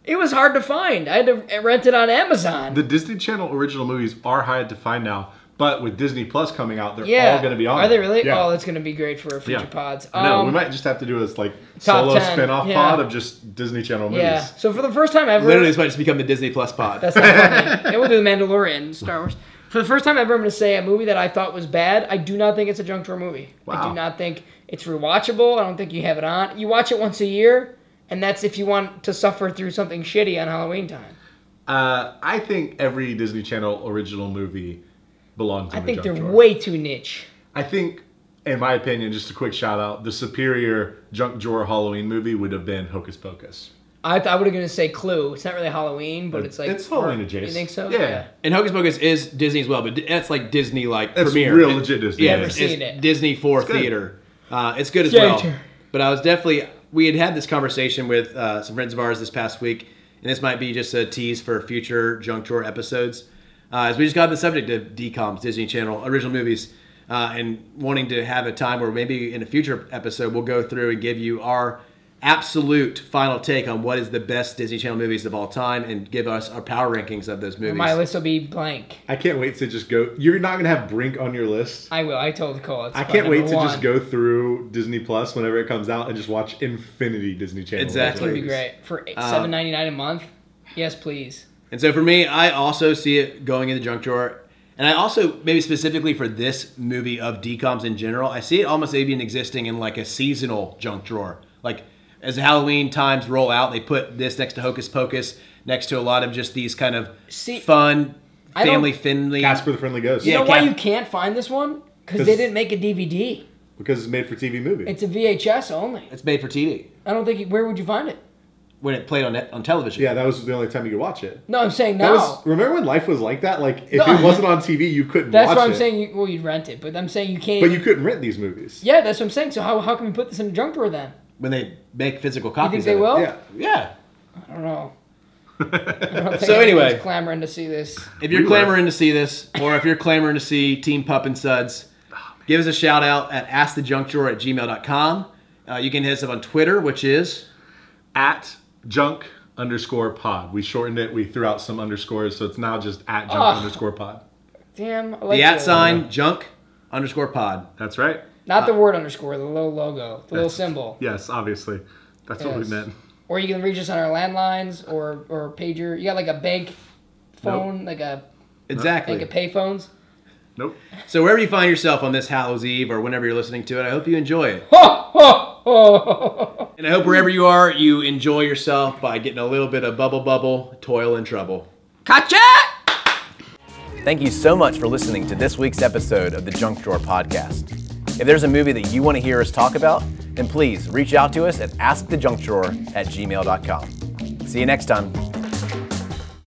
Speaker 4: it was hard to find. I had to rent it on Amazon.
Speaker 5: The Disney Channel original movies are hard to find now, but with Disney Plus coming out, they're
Speaker 4: yeah,
Speaker 5: all gonna be on.
Speaker 4: Are they
Speaker 5: there.
Speaker 4: really?
Speaker 5: Yeah.
Speaker 4: Oh, that's gonna be great for future
Speaker 5: Yeah.
Speaker 4: pods. Um,
Speaker 5: no, we might just have to do this like
Speaker 4: Top
Speaker 5: solo
Speaker 4: 10,
Speaker 5: spin-off
Speaker 4: yeah.
Speaker 5: pod of just Disney Channel movies.
Speaker 4: Yeah. So for the first time ever,
Speaker 2: Literally, this might just become the Disney Plus pod.
Speaker 4: That's not funny. and we'll do The Mandalorian and Star Wars. For the first time ever, I'm going to say a movie that I thought was bad. I do not think it's a junk drawer movie. I
Speaker 5: Wow.
Speaker 4: do not think it's rewatchable. I don't think you have it on. You watch it once a year, and that's if you want to suffer through something shitty on Halloween time.
Speaker 5: Uh, I think every Disney Channel original movie belongs.
Speaker 4: I
Speaker 5: In the
Speaker 4: think
Speaker 5: junk
Speaker 4: they're
Speaker 5: drawer.
Speaker 4: way too niche.
Speaker 5: I think, in my opinion, just a quick shout out, the superior junk drawer Halloween movie would have been Hocus Pocus.
Speaker 4: I, th- I would have going to say Clue. It's not really Halloween, but it's like
Speaker 5: it's Halloween adjacent.
Speaker 4: You think so?
Speaker 5: Yeah.
Speaker 2: And Hocus Pocus is Disney as well, but di- that's like Disney like
Speaker 5: That's
Speaker 2: premiere.
Speaker 5: real
Speaker 2: It-
Speaker 5: legit Disney.
Speaker 2: Yeah,
Speaker 5: Never
Speaker 2: it's,
Speaker 4: seen
Speaker 2: it's
Speaker 4: it.
Speaker 2: Disney for
Speaker 5: good.
Speaker 2: theater. Uh, it's good as well.
Speaker 4: Theater.
Speaker 2: But I was definitely we had had this conversation with uh, some friends of ours this past week, and this might be just a tease for future Junk Drawer episodes, uh, as we just got on the subject of DComs, Disney Channel original movies, uh, and wanting to have a time where maybe in a future episode we'll go through and give you our absolute final take on what is the best Disney Channel movies of all time, and give us our power rankings of those movies.
Speaker 4: My list will be blank.
Speaker 5: I can't wait to just go. You're not gonna have Brink on your list.
Speaker 4: I will. I told Cole. It's
Speaker 5: I
Speaker 4: spot
Speaker 5: can't wait
Speaker 4: number
Speaker 5: to just
Speaker 4: one.
Speaker 5: go through Disney Plus whenever it comes out and just watch infinity Disney Channel.
Speaker 2: Exactly.
Speaker 4: It's going to be
Speaker 5: movies.
Speaker 4: great. For eight-
Speaker 5: Um,
Speaker 4: seven ninety nine a month? Yes, please.
Speaker 2: And so for me, I also see it going in the junk drawer. And I also, maybe specifically for this movie of DComs in general, I see it almost even existing in like a seasonal junk drawer. Like as Halloween times roll out, they put this next to Hocus Pocus, next to a lot of just these kind of
Speaker 4: See,
Speaker 2: fun,
Speaker 4: don't-
Speaker 2: family friendly.
Speaker 5: Casper the Friendly Ghost.
Speaker 4: You know
Speaker 2: Yeah,
Speaker 4: why
Speaker 2: Cap-
Speaker 4: you can't find this one? Because they
Speaker 5: 'Cause-
Speaker 4: didn't make a DVD.
Speaker 5: Because it's made for TV movie.
Speaker 4: It's a VHS only.
Speaker 2: It's made for TV
Speaker 4: I don't think. You, where would you find it?
Speaker 2: when it played on net, on television.
Speaker 5: yeah, that was the only time you could watch it.
Speaker 4: No, I'm saying
Speaker 5: That
Speaker 4: now.
Speaker 5: was remember when life was like that? Like if
Speaker 4: No.
Speaker 5: it wasn't on TV, you couldn't
Speaker 4: that's
Speaker 5: watch
Speaker 4: why I'm
Speaker 5: it.
Speaker 4: saying. You, well, you'd rent it, but I'm saying you can't.
Speaker 5: But you couldn't rent these movies.
Speaker 4: yeah, that's what I'm saying. So how, how can we put this in a junk drawer then?
Speaker 2: When they make physical
Speaker 4: You think
Speaker 2: copies.
Speaker 4: they
Speaker 2: of it.
Speaker 4: will?
Speaker 5: Yeah.
Speaker 2: Yeah.
Speaker 4: I don't know. think
Speaker 2: So
Speaker 4: anyone's
Speaker 2: anyway.
Speaker 4: clamoring to see this.
Speaker 2: If you're clamoring to see this, or if you're clamoring to see Team Pup and Suds, give us a shout out at askthejunkdrawer at gmail.com. Uh, you can hit us up on Twitter, which is
Speaker 5: At junk underscore pod. We shortened it. We threw out some underscores, so it's now just at junk
Speaker 4: Oh.
Speaker 5: underscore pod.
Speaker 4: Damn, I like
Speaker 2: the at
Speaker 4: that.
Speaker 2: sign junk underscore pod.
Speaker 5: That's right.
Speaker 4: Not the word underscore, the little logo, the little symbol.
Speaker 5: Yes, obviously. That's what we
Speaker 4: Yes.
Speaker 5: meant.
Speaker 4: Or you can reach us on our landlines or or pager. You got like a bank phone, like a
Speaker 2: Exactly.
Speaker 4: like a pay phones.
Speaker 5: Nope.
Speaker 2: So wherever you find yourself on this Hallows Eve or whenever you're listening to it, I hope you enjoy it.
Speaker 4: Ho, ho, ho.
Speaker 2: And I hope wherever you are, you enjoy yourself by getting a little bit of bubble bubble, toil and trouble.
Speaker 4: Gotcha!
Speaker 3: Thank you so much for listening to this week's episode of the Junk Drawer Podcast. If there's a movie that you want to hear us talk about, then please reach out to us at askthejunkdrawer at gmail.com. See you next time.